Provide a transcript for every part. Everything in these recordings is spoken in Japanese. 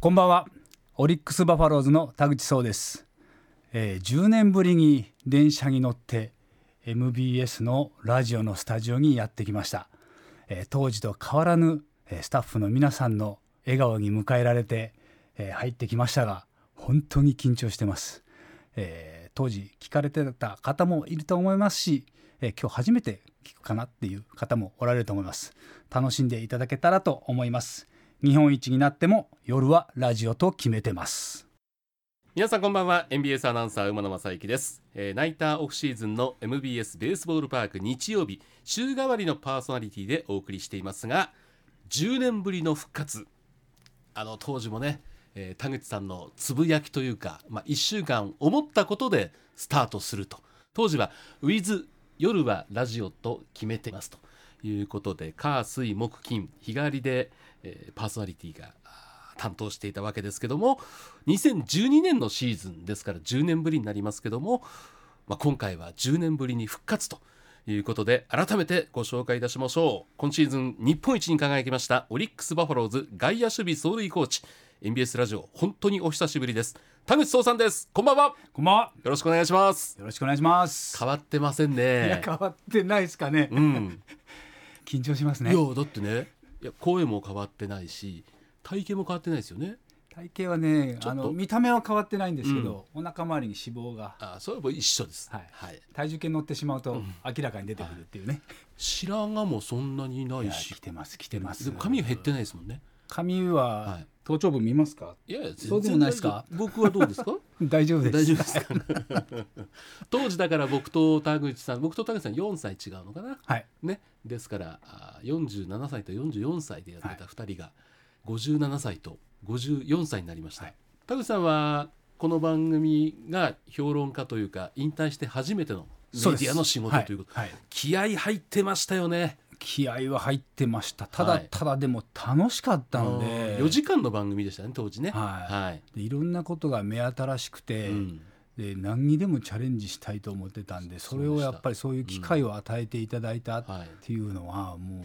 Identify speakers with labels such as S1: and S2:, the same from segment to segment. S1: こんばんは。オリックスバファローズの田口壮です。えー10年ぶりに電車に乗って MBS のラジオのスタジオにやってきました。えー当時と変わらぬえースタッフの皆さんの笑顔に迎えられて、えー入ってきましたが、本当に緊張してます。えー当時聞かれてた方もいると思いますし、えー今日初めて聞くかなっていう方もおられると思います。楽しんでいただけたらと思います。日本一になっても夜はラジオと決めてます。
S2: 皆さんこんばんは MBS アナウンサー馬野正幸です、えーナイターオフシーズンの MBS ベースボールパーク日曜日週替わりのパーソナリティでお送りしていますが10年ぶりの復活あの当時もね、えー田口さんのつぶやきというか、まあ、1週間思ったことでスタートすると当時は「with 夜はラジオ」と決めていますということで火水木金日替わりで、えーパーソナリティがあー担当していたわけですけども2012年のシーズンですから10年ぶりになりますけども、まあ、今回は10年ぶりに復活ということで改めてご紹介いたしましょう今シーズン日本一に輝きましたオリックス・バファローズ外野守備走塁コーチ NBS ラジオ本当にお久しぶりです田口壮さんですこんばんは
S1: こんばんは。
S2: よろしくお願いします
S1: よろしくお願いします。
S2: 変わってません
S1: いや
S2: ね
S1: 変わってないですかね。
S2: うん、
S1: 緊張します
S2: い
S1: ね
S2: や。だってねいや声も変わってないし体型も変わってないですよね
S1: 体型はね、
S2: ちょっと
S1: あの見た目は変わってないんですけど、お腹周りに脂肪が
S2: あそれは一緒です
S1: はい
S2: はい、
S1: 体重計に乗ってしまうと明らかに出てくるっていうね。
S2: 白髪もそんなにないい
S1: や
S2: し
S1: 来てます来てます。
S2: でも髪は減ってないですもんね。
S1: 髪
S2: は
S1: はい頭頂部見ますか。
S2: いやいや、全
S1: そうでもないですか
S2: 大丈夫僕はどうですか。
S1: 大丈夫です。
S2: 大丈夫ですか。 当時だから僕と田口さん、僕と田口さん4歳違うのかな。
S1: はい。
S2: ね、ですから、あー47歳と44歳でやってた2人が。57歳と54歳になりました。
S1: はい
S2: 田口さんは、この番組が評論家というか、引退して初めての。メデ
S1: そうです
S2: ィアの仕事ということ。
S1: はいはい
S2: 気合入ってましたよね。
S1: 気合は入ってました。ただ
S2: はい
S1: ただでも楽しかったので。
S2: 4時間の番組でしたね、当時ね。
S1: はい
S2: はい。
S1: でいろんなことが目新しくて、
S2: うん
S1: で何にでもチャレンジしたいと思ってたんでそれ
S2: そう
S1: を
S2: でし
S1: や
S2: た
S1: っぱりそういう機会を与えていただいたっ
S2: はい
S1: ていうのはも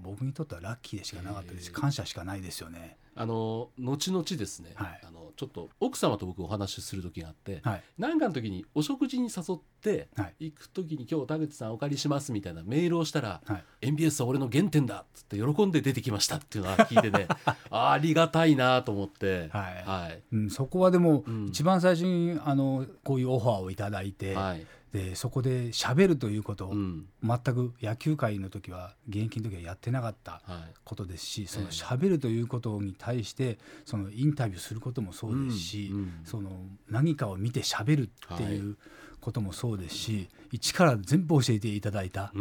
S1: う僕にとってはラッキーでしかなかったですし
S2: えー
S1: 感謝しかないですよね。
S2: あの後々ですね、
S1: はい
S2: あのちょっと奥様と僕お話しする時があって、
S1: はい
S2: なんかの時にお食事に誘って、
S1: はい
S2: 行く時に今日田口さんお借りしますみたいなメールをしたら
S1: はい
S2: NBS は俺の原点だっつって喜んで出てきましたっていうのは聞 いてねあありがたいなと思って、
S1: はい
S2: はい
S1: うん、そこはでも
S2: うん
S1: 一番最初にあのこういうオファーをいただいて、
S2: はい
S1: でそこで喋るということを
S2: うん
S1: 全く野球界の時は現役の時はやってなかった
S2: はい
S1: ことですしその
S2: ええ
S1: 喋るということに対してそのインタビューすることもそうですし、
S2: うんうん
S1: その何かを見て喋るっていうこともそうですし、一から全部教えていただいた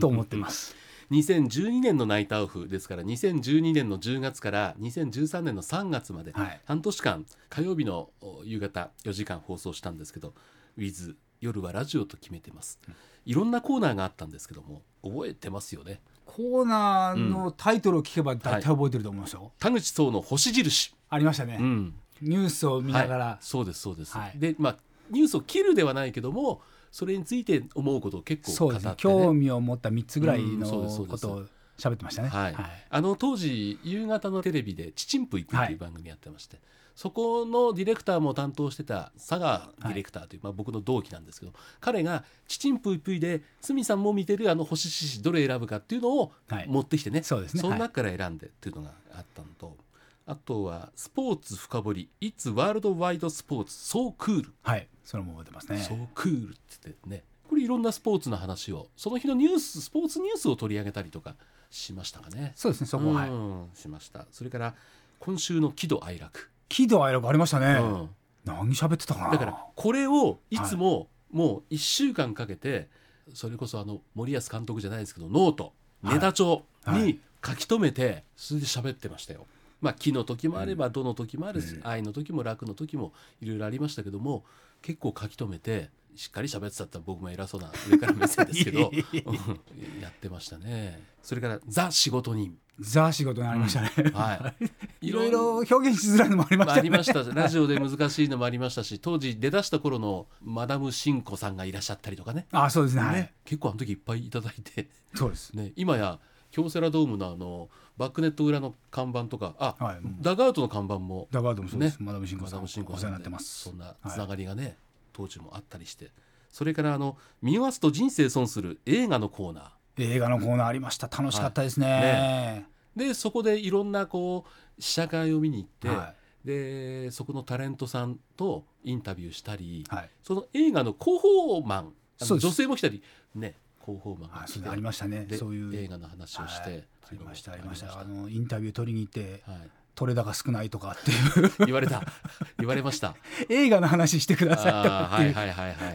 S1: と思ってます。
S2: 2012年のナイターオフですから2012年の10月から2013年の3月まで
S1: はい
S2: 半年間火曜日のお夕方4時間放送したんですけど「with 夜はラジオ」と決めてます、いろんなコーナーがあったんですけども覚えてますよね
S1: コーナーのタイトルを聞けば大体覚えてると思いますよ。
S2: 田口壮の星印、
S1: ありましたね、
S2: うん、
S1: ニュースを見ながら、
S2: はいそうですそうです、
S1: はい
S2: でまあニュースを切るではないけどもそれについて思うことを結構
S1: そう
S2: 語
S1: で
S2: っ
S1: す
S2: て、
S1: ね
S2: ね、
S1: 興味を持った3つぐらい
S2: うん
S1: の
S2: そうですそうで
S1: こ
S2: す
S1: とを喋ってましたね。
S2: はいあの当時夕方のテレビで「ちちんぷいく」って
S1: はいいう
S2: 番組やってまして、そこのディレクターも担当してた佐賀ディレクターという、まあ、僕の同期なんですけど彼が「ちちんぷいぷい」で鷲見さんも見てるあの星獅子どれ選ぶかっていうのを
S1: はい
S2: 持ってきてね、
S1: そうですね
S2: の中から選んでっていうのがあったのと、あとは「スポーツ深掘り It's World Wide Sports So Cool」
S1: はいそれも覚えてますね。
S2: 「So Cool」って言ってねこれいろんなスポーツの話をその日のニューススポーツニュースを取り上げたりとかしましたかね。
S1: そうですねそこは、はい
S2: うんしましたそれから今週の喜怒哀楽、
S1: 喜怒哀楽ありましたね。
S2: うん
S1: 何喋ってたかな。
S2: だからこれをいつももう1週間かけてそれこそあの森保監督じゃないですけどノート
S1: はい
S2: ネタ帳
S1: はい
S2: に書き留めてそれで喋ってましたよ。まあ、木の時もあればどの時もあるし、
S1: うん
S2: 愛の時も楽の時もいろいろありましたけども結構書き留めてしっかり喋ってたって僕も偉そうな上から目線ですけ
S1: い や
S2: ど
S1: いやいやいや
S2: うんやってましたねそれから「ザ仕事人
S1: ザ仕事になりましたね。」
S2: はい
S1: いろいろ表現しづらいのもありまし
S2: ま
S1: た
S2: あ、あ
S1: よ
S2: り
S1: ね。
S2: ましたラジオで難しいのもありましたし当時出だした頃のマダムシ ンコさんがいらっしゃったりとかね
S1: あそうですね。はい
S2: ね結構あの時いっぱいいただいて、
S1: そうです。
S2: ね、今や京セラドームのあのバックネット裏の看板とかあ、
S1: はい
S2: ダグアウトの看板も
S1: ダガードもそうです。
S2: ね
S1: マダム新子
S2: マ
S1: さ
S2: ダ
S1: ん、お
S2: ムシン
S1: 世
S2: コ
S1: 話
S2: さん
S1: になってます
S2: そん。な
S1: はい
S2: つながりがね、当時もあったりしてそれからあの見ますと人生損する映画のコーナ
S1: 映画のコーナーありました。楽しかったですね。
S2: いーでそこでいろんなこう試写会を見に行って、
S1: は
S2: でそこのタレントさんとインタビューしたり、
S1: い。はい。
S2: その映画の広報マンあ
S1: そ
S2: の
S1: うです
S2: 女性も来たりね広報マン
S1: あ
S2: が
S1: そ
S2: 来
S1: う
S2: て
S1: だありましたね。
S2: で
S1: そういう
S2: 映画の話をして、
S1: はいありましたありました。あのインタビュー取りに行って
S2: はい、
S1: 取れ高少ないとかっていう
S2: 言われた 言われました
S1: 映画の話してくだ さいと
S2: あ
S1: かって
S2: ーはい
S1: いう
S2: はいはいはいはいはい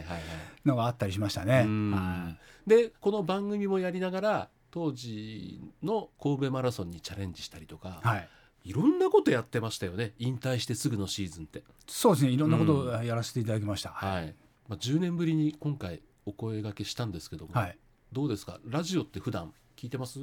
S1: のがあったりしましたね。
S2: うん
S1: はい
S2: でこの番組もやりながら当時の神戸マラソンにチャレンジしたりとか、
S1: はい。
S2: い、ろんなことやってましたよね引退してすぐのシーズンって、
S1: そうですね。いろんなことをやらせていただきました。はい。
S2: はいまあ、10年ぶりに今回お声掛けしたんですけども、
S1: はい
S2: どうですかラジオって普段聞いてます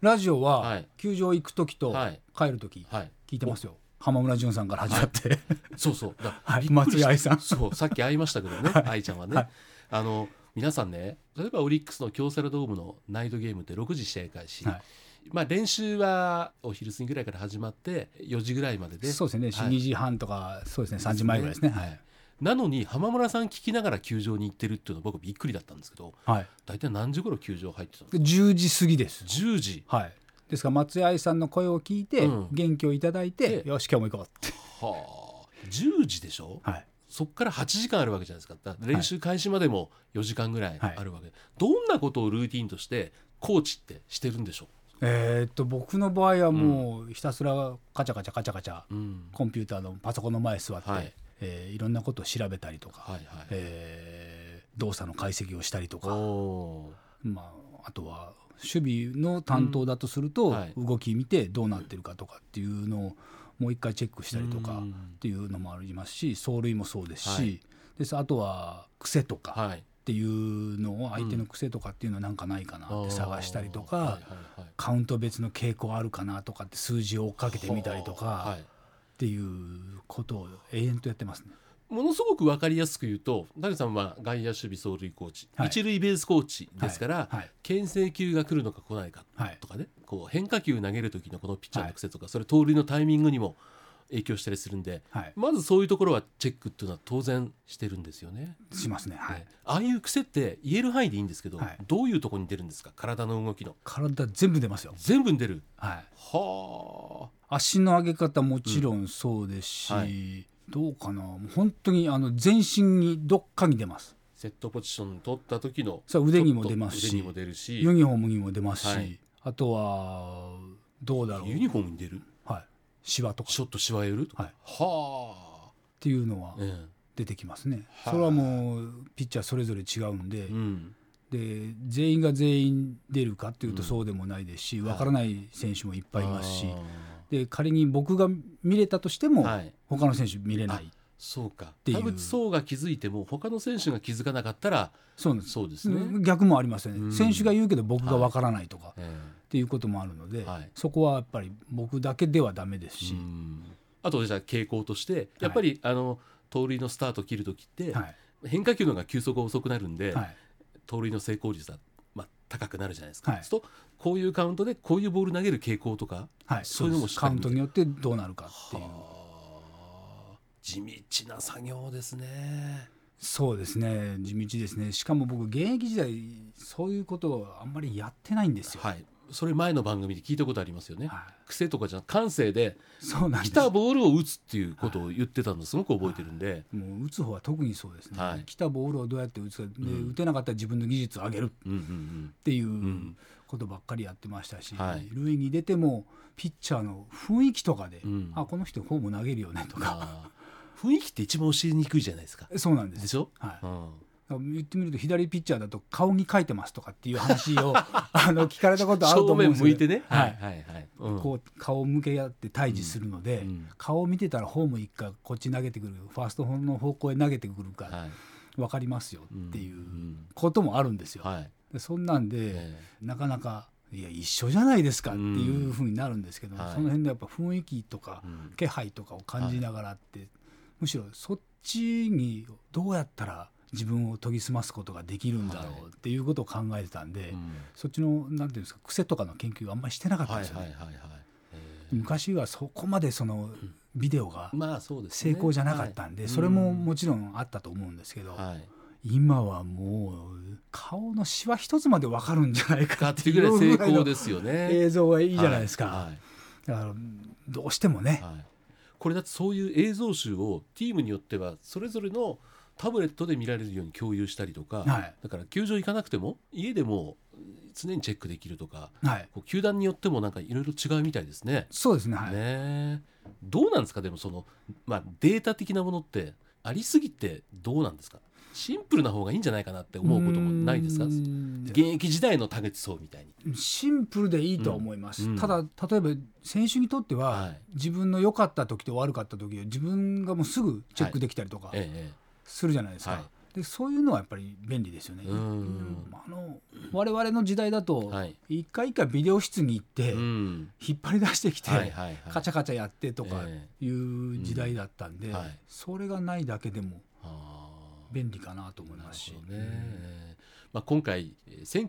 S1: ラジオ
S2: は
S1: はい球場行く時と
S2: はい
S1: 帰る時
S2: はい
S1: 聞いてますよ。浜村淳さんから始まって、
S2: そうそうだ
S1: はい
S2: びっく
S1: 松
S2: りし
S1: 井
S2: た
S1: 愛さん
S2: そうさっき会いましたけどね、愛ちゃんはね、
S1: はい
S2: あの皆さんね例えばオリックスの京セラドームのナイトゲームって6時試合開始、
S1: はい
S2: まあ、練習はお昼過ぎぐらいから始まって4時ぐらいまで で
S1: そうですね。
S2: はい
S1: 2時半とかそうですね。3時前ぐらいですね。はい。
S2: なのに浜村さん聞きながら球場に行ってるっていうのは僕びっくりだったんですけど
S1: はい。
S2: 大体何時頃球場入ってたの
S1: で10時過ぎです。
S2: 10時
S1: はい。ですから松井愛さんの声を聞いて、
S2: うん
S1: 元気をいただいて、
S2: で
S1: よし今日も行こうって。
S2: はあ10時でしょ
S1: はい。
S2: そこから8時間あるわけじゃないですかだから練習開始までも4時間ぐらいあるわけ、どんなことをルーティンとしてコーチってしてるんでしょ
S1: えーっと僕の場合はもうひたすらカチャカチャカチャカチャ、
S2: う、うん、
S1: コンピューターのパソコンの前座って、
S2: はい
S1: いえーいろんなことを調べたりとか、
S2: はいはい、
S1: えー動作の解析をしたりと
S2: お
S1: か、
S2: ー
S1: まあ、あとは守備の担当だとすると、
S2: うんはい
S1: 動き見てどうなってるかとかっていうのをもう一回チェックしたりと
S2: う
S1: か
S2: ん
S1: っていうのもありますし走塁もそうですし、
S2: はい
S1: ですあとは癖とか、
S2: はい
S1: っていうのを相手の癖とかっていうのはなんかないかなって探したりとか、
S2: はいはいはい
S1: カウント別の傾向あるかなとかって数字を追っかけてみたりと
S2: は
S1: か
S2: い
S1: っていうことを永遠とやってますね。
S2: ものすごく分かりやすく言うと谷さんは外野守備走塁コーチ、
S1: はい
S2: 一塁ベースコーチですから、
S1: はいはい
S2: 牽制球が来るのか来ないか
S1: はい
S2: とかねこう変化球投げる時のこのピッチャーの癖とか、それ盗塁のタイミングにも影響したりするんで
S1: はい、
S2: まずそういうところはチェックっていうのは当然してるんですよね。
S1: しますね。はい
S2: ね、ああいう癖って言える範囲でいいんですけど、
S1: はい
S2: どういうところに出るんですか体の動きの
S1: 体全部出ますよ。
S2: 全部に出る
S1: はい、
S2: は
S1: 足の上げ方もちろんそうですし、
S2: うんは
S1: どうかなもう本当にあの全身にどっかに出ます。
S2: あセットポジション取った時の
S1: それは腕にも出ますし
S2: 腕にも出るし
S1: ユニフォームにも出ますし、
S2: はい
S1: あとはどうだろう
S2: ユニフォームに出る
S1: はい、シワとか
S2: ちょっとしわ寄るとか、
S1: はい
S2: は
S1: っていうのは
S2: あ、うん
S1: 出てきますね。
S2: はあ
S1: それはもうピッチャーそれぞれ違うんで、
S2: うん、
S1: で全員が全員出るかっていう
S2: う
S1: と
S2: ん
S1: そうでもないですし、
S2: はい
S1: わからない選手もいっぱいいますし、
S2: あ
S1: で仮に僕が見れたとしても、
S2: ーはい、
S1: 他の選手見れない。
S2: そうか
S1: ていう
S2: 田口壮が気づいても他の選手が気づかなかったら
S1: そうなんです。
S2: そうですね、
S1: 逆もありますよね、
S2: うん
S1: 選手が言うけど僕がわからないとか、
S2: え
S1: っていうこともあるので、
S2: はい
S1: そこはやっぱり僕だけではダメです
S2: え
S1: し、
S2: うんあとじゃあ傾向としてやっぱり、あの盗塁のスタート切る時って、
S1: は
S2: 変化球の方が球速が遅くなるんで、
S1: い、はい、
S2: 盗塁の成功率は、まあ、高くなるじゃないですか、
S1: はい
S2: そうするとこういうカウントでこういうボール投げる傾向とか
S1: はい、
S2: そういうのも
S1: そ
S2: しっ
S1: カ
S2: か
S1: ウン
S2: り見て
S1: トによってどうなるかっていう、
S2: はあ地道な作業ですね。
S1: そうですね、地道ですね。しかも僕現役時代そういうことをあんまりやってないんですよ。
S2: はい、それ前の番組で聞いたことありますよね。
S1: は
S2: 癖とかじゃなく感性で
S1: い、そうなんで
S2: 来
S1: す。
S2: たボールを打つっていうことを言ってたのすごく覚えてるんで、
S1: もう打つ方は特にそうですね、
S2: はい
S1: 来たボールをどうやって打つかで、
S2: うん
S1: 打てなかったら自分の技術を上げるっ
S2: うんうん
S1: てい
S2: うんう
S1: ううんことばっかりやってましたし、
S2: はい
S1: 塁に出てもピッチャーの雰囲気とかで、
S2: うん
S1: あこの人フォーム投げるよねとか、
S2: あー雰囲気って一番教えにくいじゃないですか。
S1: そうなんで。
S2: ですしょ、
S1: はい
S2: うん、
S1: 言ってみると左ピッチャーだと顔に書いてますとかっていう話をあの聞かれたことあると思
S2: 正
S1: うん
S2: 面
S1: です
S2: 向
S1: け
S2: い
S1: ど
S2: てね、
S1: は
S2: はいい、はいはい、うん
S1: こう顔を向け合って対峙するので、
S2: うん
S1: 顔を見てたらホーム行くかこっち投げてくるファーストの方向へ投げてくるか
S2: はい
S1: 分かりますよ
S2: ん
S1: っていうんこともあるんですよ。
S2: はい
S1: でそんなんで、
S2: え
S1: なかなかいや一緒じゃないですかっていうふうになるんですけど、
S2: うんはい
S1: その辺でやっぱ雰囲気とか
S2: えうん
S1: 気配とかを感じながらって、むしろそっちにどうやったら自分を研ぎ澄ますことができるんだろうっていうことを考えてたんで、そっちのなんていうんですか癖とかの研究はあんまりしてなかったん
S2: はいはい
S1: ですよね。
S2: はいはいえ
S1: 昔はそこまでそのビデオが
S2: ーまあそうです
S1: 成
S2: ね
S1: 功じゃなかったんで、
S2: はい
S1: それも
S2: うん
S1: もちろんあったと思うんですけど、
S2: はい
S1: 今はもう顔のシワ一つまでわかるんじゃないか
S2: か
S1: っ
S2: ってて
S1: い
S2: ぐら
S1: う
S2: い成
S1: ぐらい
S2: 功
S1: の
S2: ですよね
S1: 映像が いいじゃないですか、
S2: は
S1: だからどうしてもね、
S2: はいはいこれだってそういう映像集をチームによってはそれぞれのタブレットで見られるように共有したりとか、
S1: はい
S2: だから球場行かなくても家でも常にチェックできるとか
S1: はい、
S2: こう球団によってもなんかいろいろ違うみたいですね。
S1: そうですねはい
S2: ねえどうなんですかでもその、まあ、データ的なものってありすぎてどうなんですかシンプルな方がいいんじゃないかなって思うこともないですか
S1: うー
S2: 現
S1: ん
S2: 役時代の田口壮みたいに。
S1: シンプルでいいとは思います、
S2: うんうん
S1: ただ例えば選手にとっては、
S2: はい
S1: 自分の良かった時と悪かった時を自分がもうすぐチェックできたりとか
S2: ええ
S1: するじゃないですか、
S2: はい
S1: でそういうのはやっぱり便利ですよね。
S2: うん
S1: あの我々の時代だと、
S2: はい
S1: 一回一回ビデオ室に行って、
S2: ええうん
S1: 引っ張り出してきて、
S2: はいはいはい
S1: カチャカチャやってとか
S2: え
S1: いう時代だったんで、
S2: うんはい
S1: それがないだけでも
S2: あー
S1: 便利かなと思いますし。
S2: なるほどねまあ、今回えー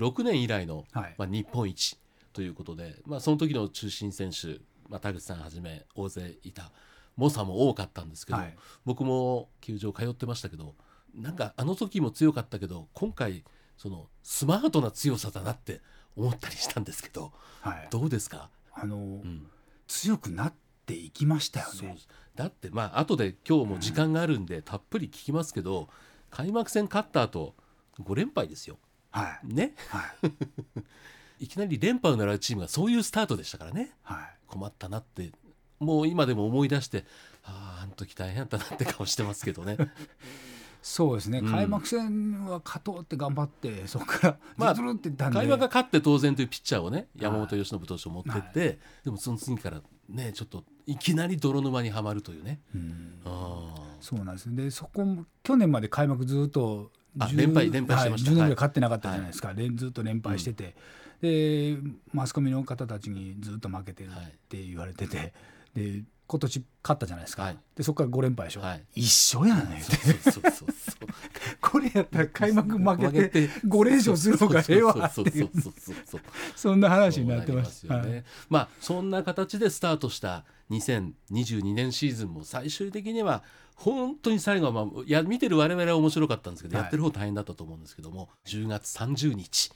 S2: 1996年以来の、
S1: はい
S2: まあ、日本一ということで、まあ、その時の中心選手、まあ、田口さんはじめ大勢いた猛者も多かったんですけど、
S1: はい
S2: 僕も球場通ってましたけどなんかあの時も強かったけど今回そのスマートな強さだなって思ったりしたんですけど
S1: はい、
S2: どうですか、
S1: あの、
S2: うん
S1: 強くなっていきましたよ
S2: そうで
S1: ね。
S2: すだってまあ後で今日も時間があるんでたっぷり聞きますけど、開幕戦勝った後5連敗ですよ。
S1: はい、
S2: ね
S1: はい、
S2: いきなり連覇を狙うチームがそういうスタートでしたからね
S1: はい。
S2: 困ったなってもう今でも思い出してあああの時大変だったなって顔してますけどね
S1: そうですね、
S2: うん
S1: 開幕戦は勝とうって頑張ってそこから
S2: まあ
S1: ずるっていったんで、
S2: 開幕が勝って当然というピッチャーをね山本由伸投手を持ってって、でもその次からねちょっといきなり泥沼にはまるというね
S1: うん
S2: あ
S1: そうなんですねでそこも去年まで開幕ずっと
S2: あ
S1: 10
S2: 連敗連敗してました
S1: はい、10年ぐ
S2: はい
S1: らい勝ってなかったじゃないですか、連ずっと連敗してて、でマスコミの方たちにずっと負けてるって言われてて、で今年勝ったじゃないですか、
S2: はい
S1: でそこから5連敗でしょ、
S2: はい
S1: 一緒やねんって
S2: そうそうそうそう
S1: これやったら開幕負けて
S2: 負
S1: 5連勝する方がええわって
S2: そう
S1: い
S2: そううそうそうそう
S1: そんな話になってました。
S2: そうなりますよねまあそんな形でスタートした2022年シーズンも最終的には本当に最後は、まあ、いや見てる我々は面白かったんですけど、
S1: はい
S2: やってる方大変だったと思うんですけども10月30日、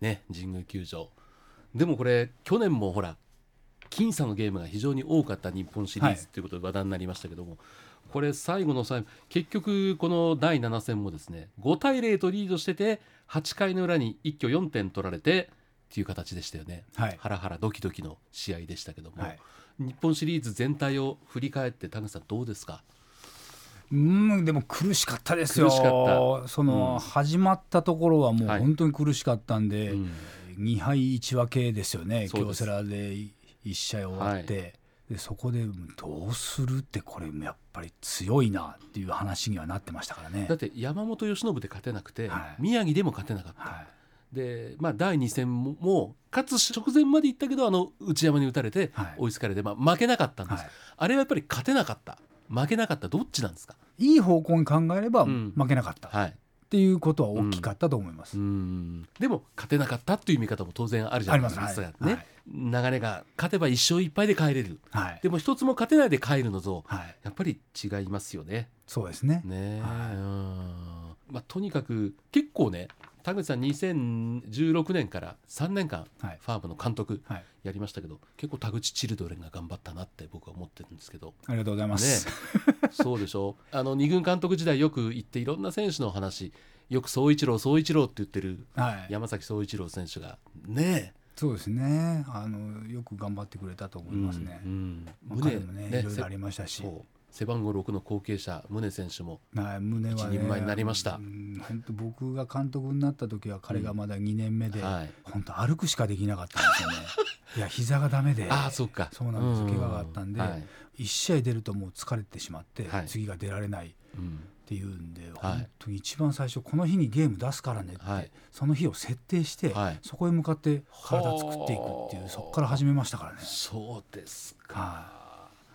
S2: ね、神宮球場でもこれ去年もほら僅差のゲームが非常に多かった日本シリー
S1: はい
S2: ズということで話題になりましたけども、これ最後の最後結局この第7戦もですね5対0とリードしてて8回の裏に一挙4点取られてっていう形でしたよね、
S1: はい
S2: ハラハラドキドキの試合でしたけども、
S1: はい
S2: 日本シリーズ全体を振り返って田口さんどうですか
S1: うん、でも苦しかったですよ。
S2: 苦しか
S1: その、
S2: うん
S1: 始まったところはもう
S2: はい
S1: 本当に苦しかったんで、
S2: うん
S1: 2敗1分けですよね。
S2: そう
S1: 京
S2: です
S1: セラで1試合終わって、でそこでどうするってこれやっぱり強いなっていう話にはなってましたからね
S2: だっ。て山本由伸で勝てなくて、
S1: はい
S2: 宮城でも勝てなかった、
S1: は
S2: で、まあ、第2戦ももう勝つ直前までいったけどあの内山に打たれて
S1: はい
S2: 追いつかれて、まあ、負けなかったんです、
S1: はい
S2: あれはやっぱり勝てなかった負けなかったどっちなんですか、
S1: い、いい方向に考えれば
S2: うん
S1: 負けなかった、っ
S2: はい、
S1: ていうことは大きかったと思います。
S2: うんでも勝てなかったっていう見方も当然あるじゃないですか
S1: ありますはい
S2: さすがにね、
S1: はい
S2: 流れが勝てば一勝一敗で帰れる
S1: はい、
S2: でも一つも勝てないで帰るのと
S1: はい、
S2: やっぱり違いますよね。
S1: そうですね。
S2: ねえ、
S1: はい
S2: うんまあ、とにかく結構ね田口さん2016年から3年間
S1: はい、
S2: ファームの監督
S1: はい、
S2: やりましたけど結構田口チルドレンが頑張ったなって僕は思ってるんですけど
S1: ありがとうございます。
S2: そうでしょあの二軍監督時代よく言っていろんな選手の話よく総一郎総一郎って言ってる
S1: はい、
S2: 山崎総一郎選手がね
S1: そうですね。あのよく頑張ってくれたと
S2: え
S1: 思いますね。
S2: うん
S1: まあ
S2: 宗
S1: 彼もねいろいろありましたし
S2: せそう背番号6の後継者宗選手も
S1: はい、胸は、ね、
S2: 一人前になりました
S1: うん本当僕が監督になった時は彼がまだ2年目で、
S2: はい
S1: 本当歩くしかできなかったんです よね。いや膝がダメで、
S2: ああそうか
S1: そうなんです怪我があったんで
S2: はい
S1: 1試合出るともう疲れてしまって、
S2: はい
S1: 次が出られないっ
S2: うん
S1: ていうんで、
S2: はい
S1: 本当に一番最初この日にゲーム出すからねって、
S2: はい
S1: その日を設定して、
S2: はい
S1: そこへ向かって体作っていくってい
S2: ほ
S1: う
S2: う
S1: そこから始めましたからね。
S2: そうですか、
S1: は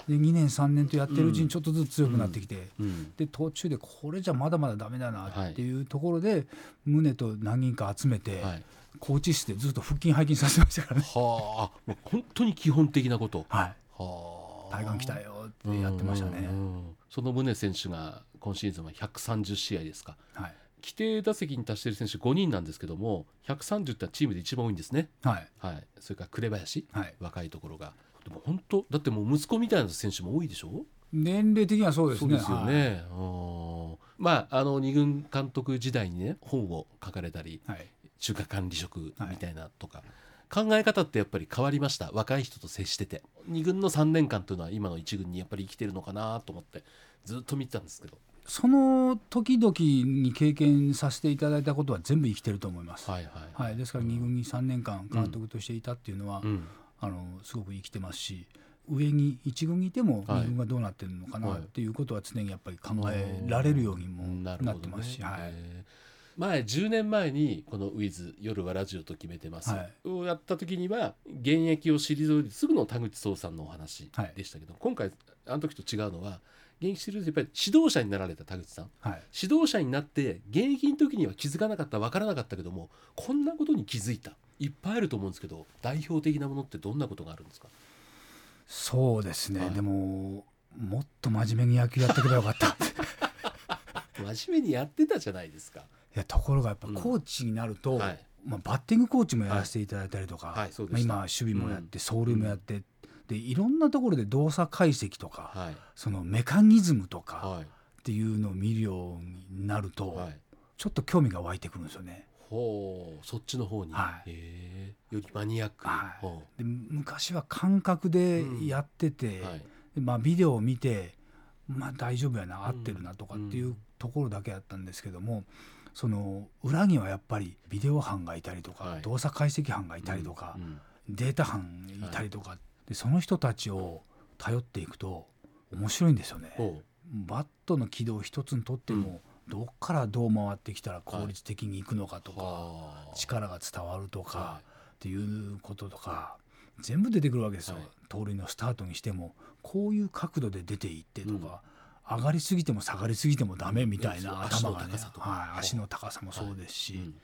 S1: で2年3年とやってるうちにちょっとずつ強くなってきて、
S2: うん
S1: で途中でこれじゃまだまだダメだなっていうところで、胸と何人か集めて、
S2: はい、
S1: コーチ室でずっと腹筋背筋させてましたから ね。
S2: はあもう本当に基本的なこと
S1: はい
S2: はあ
S1: 体幹鍛えようってやってましたね。
S2: うんうんうんその宗選手が今シーズンは130試合ですか
S1: はい、
S2: 規定打席に達している選手5人なんですけども130ってのはチームで一番多いんですね、
S1: はい、
S2: はい、それから紅林
S1: はい、
S2: 若いところがでも本当だってもう息子みたいな選手も多いでしょ
S1: 年齢的にはそうです
S2: そう
S1: ね。
S2: ですよ
S1: はい
S2: ね、うんまああの二軍監督時代にね本を書かれたり
S1: はい、
S2: 中華管理職みたいなとか、考え方ってやっぱり変わりました若い人と接してて二軍の3年間というのは今の一軍にやっぱり生きてるのかなと思ってずっと見てたんですけど
S1: その時々に経験させていただいたことは全部生きてると思います。は
S2: はいはい
S1: い、ですから2軍に3年間監督としていたっていうのは、
S2: うん
S1: あのすごく生きてますし上に1軍にいても
S2: はい
S1: 2軍がどうなってるのかな
S2: はい
S1: っていうことは常にやっぱり考えられるようにも
S2: うん
S1: な
S2: るほど
S1: っ
S2: ね
S1: てますし、はい、
S2: えー前10年前にこの「ウィズ夜はラジオ」と決めてます、
S1: は
S2: をやった時には現役を退いてすぐの田口壮さんのお話
S1: はい
S2: でしたけど、今回あの時と違うのは現役退いてやっぱり指導者になられた田口さん
S1: はい、
S2: 指導者になって現役の時には気づかなかった分からなかったけどもこんなことに気づいたいっぱいあると思うんですけど代表的なものってどんなことがあるんですか
S1: そうですね、
S2: はい
S1: でももっと真面目に野球やってけばよかった い
S2: 真面目にやってたじゃないですか。
S1: やところがやっぱ
S2: うん
S1: コーチになると、
S2: はい
S1: まあ、バッティングコーチもやらせていただいたりとか、
S2: はいそうで
S1: まあ、
S2: した
S1: 今は守備もやって走塁もやって、でいろんなところで動作解析とか、
S2: はい
S1: そのメカニズムとか
S2: はい
S1: っていうのを見るようになると、
S2: はい
S1: ちょっと興味が湧いてくるんですよね。
S2: ほうそっちの方に、
S1: はい
S2: へえよりマニアックに、
S1: はい
S2: ほ
S1: で昔は感覚でやってて、
S2: うはい
S1: でまあ、ビデオを見て、まあ、大丈夫やな合
S2: うん
S1: ってるなとかっていうところだけやったんですけども、その裏にはやっぱりビデオ班がいたりとか、
S2: はい
S1: 動作解析班がいたりとか、
S2: うんうん
S1: データ班いたりとか、でその人たちを頼っていくと面白いんですよね。
S2: ほう
S1: バットの軌道一つにとっても、どっからどう回ってきたら効率的にいくのかとか、
S2: はあ
S1: 力が伝わるとか。
S2: は
S1: っていうこととか全部出てくるわけですよ、
S2: はい
S1: 盗塁のスタートにしてもこういう角度で出ていってとか、上がりすぎても下がりすぎてもダメみたい
S2: うん
S1: な
S2: 足
S1: 頭
S2: の
S1: がね
S2: 高さとか
S1: はい、足の高さもそうですし、
S2: いうん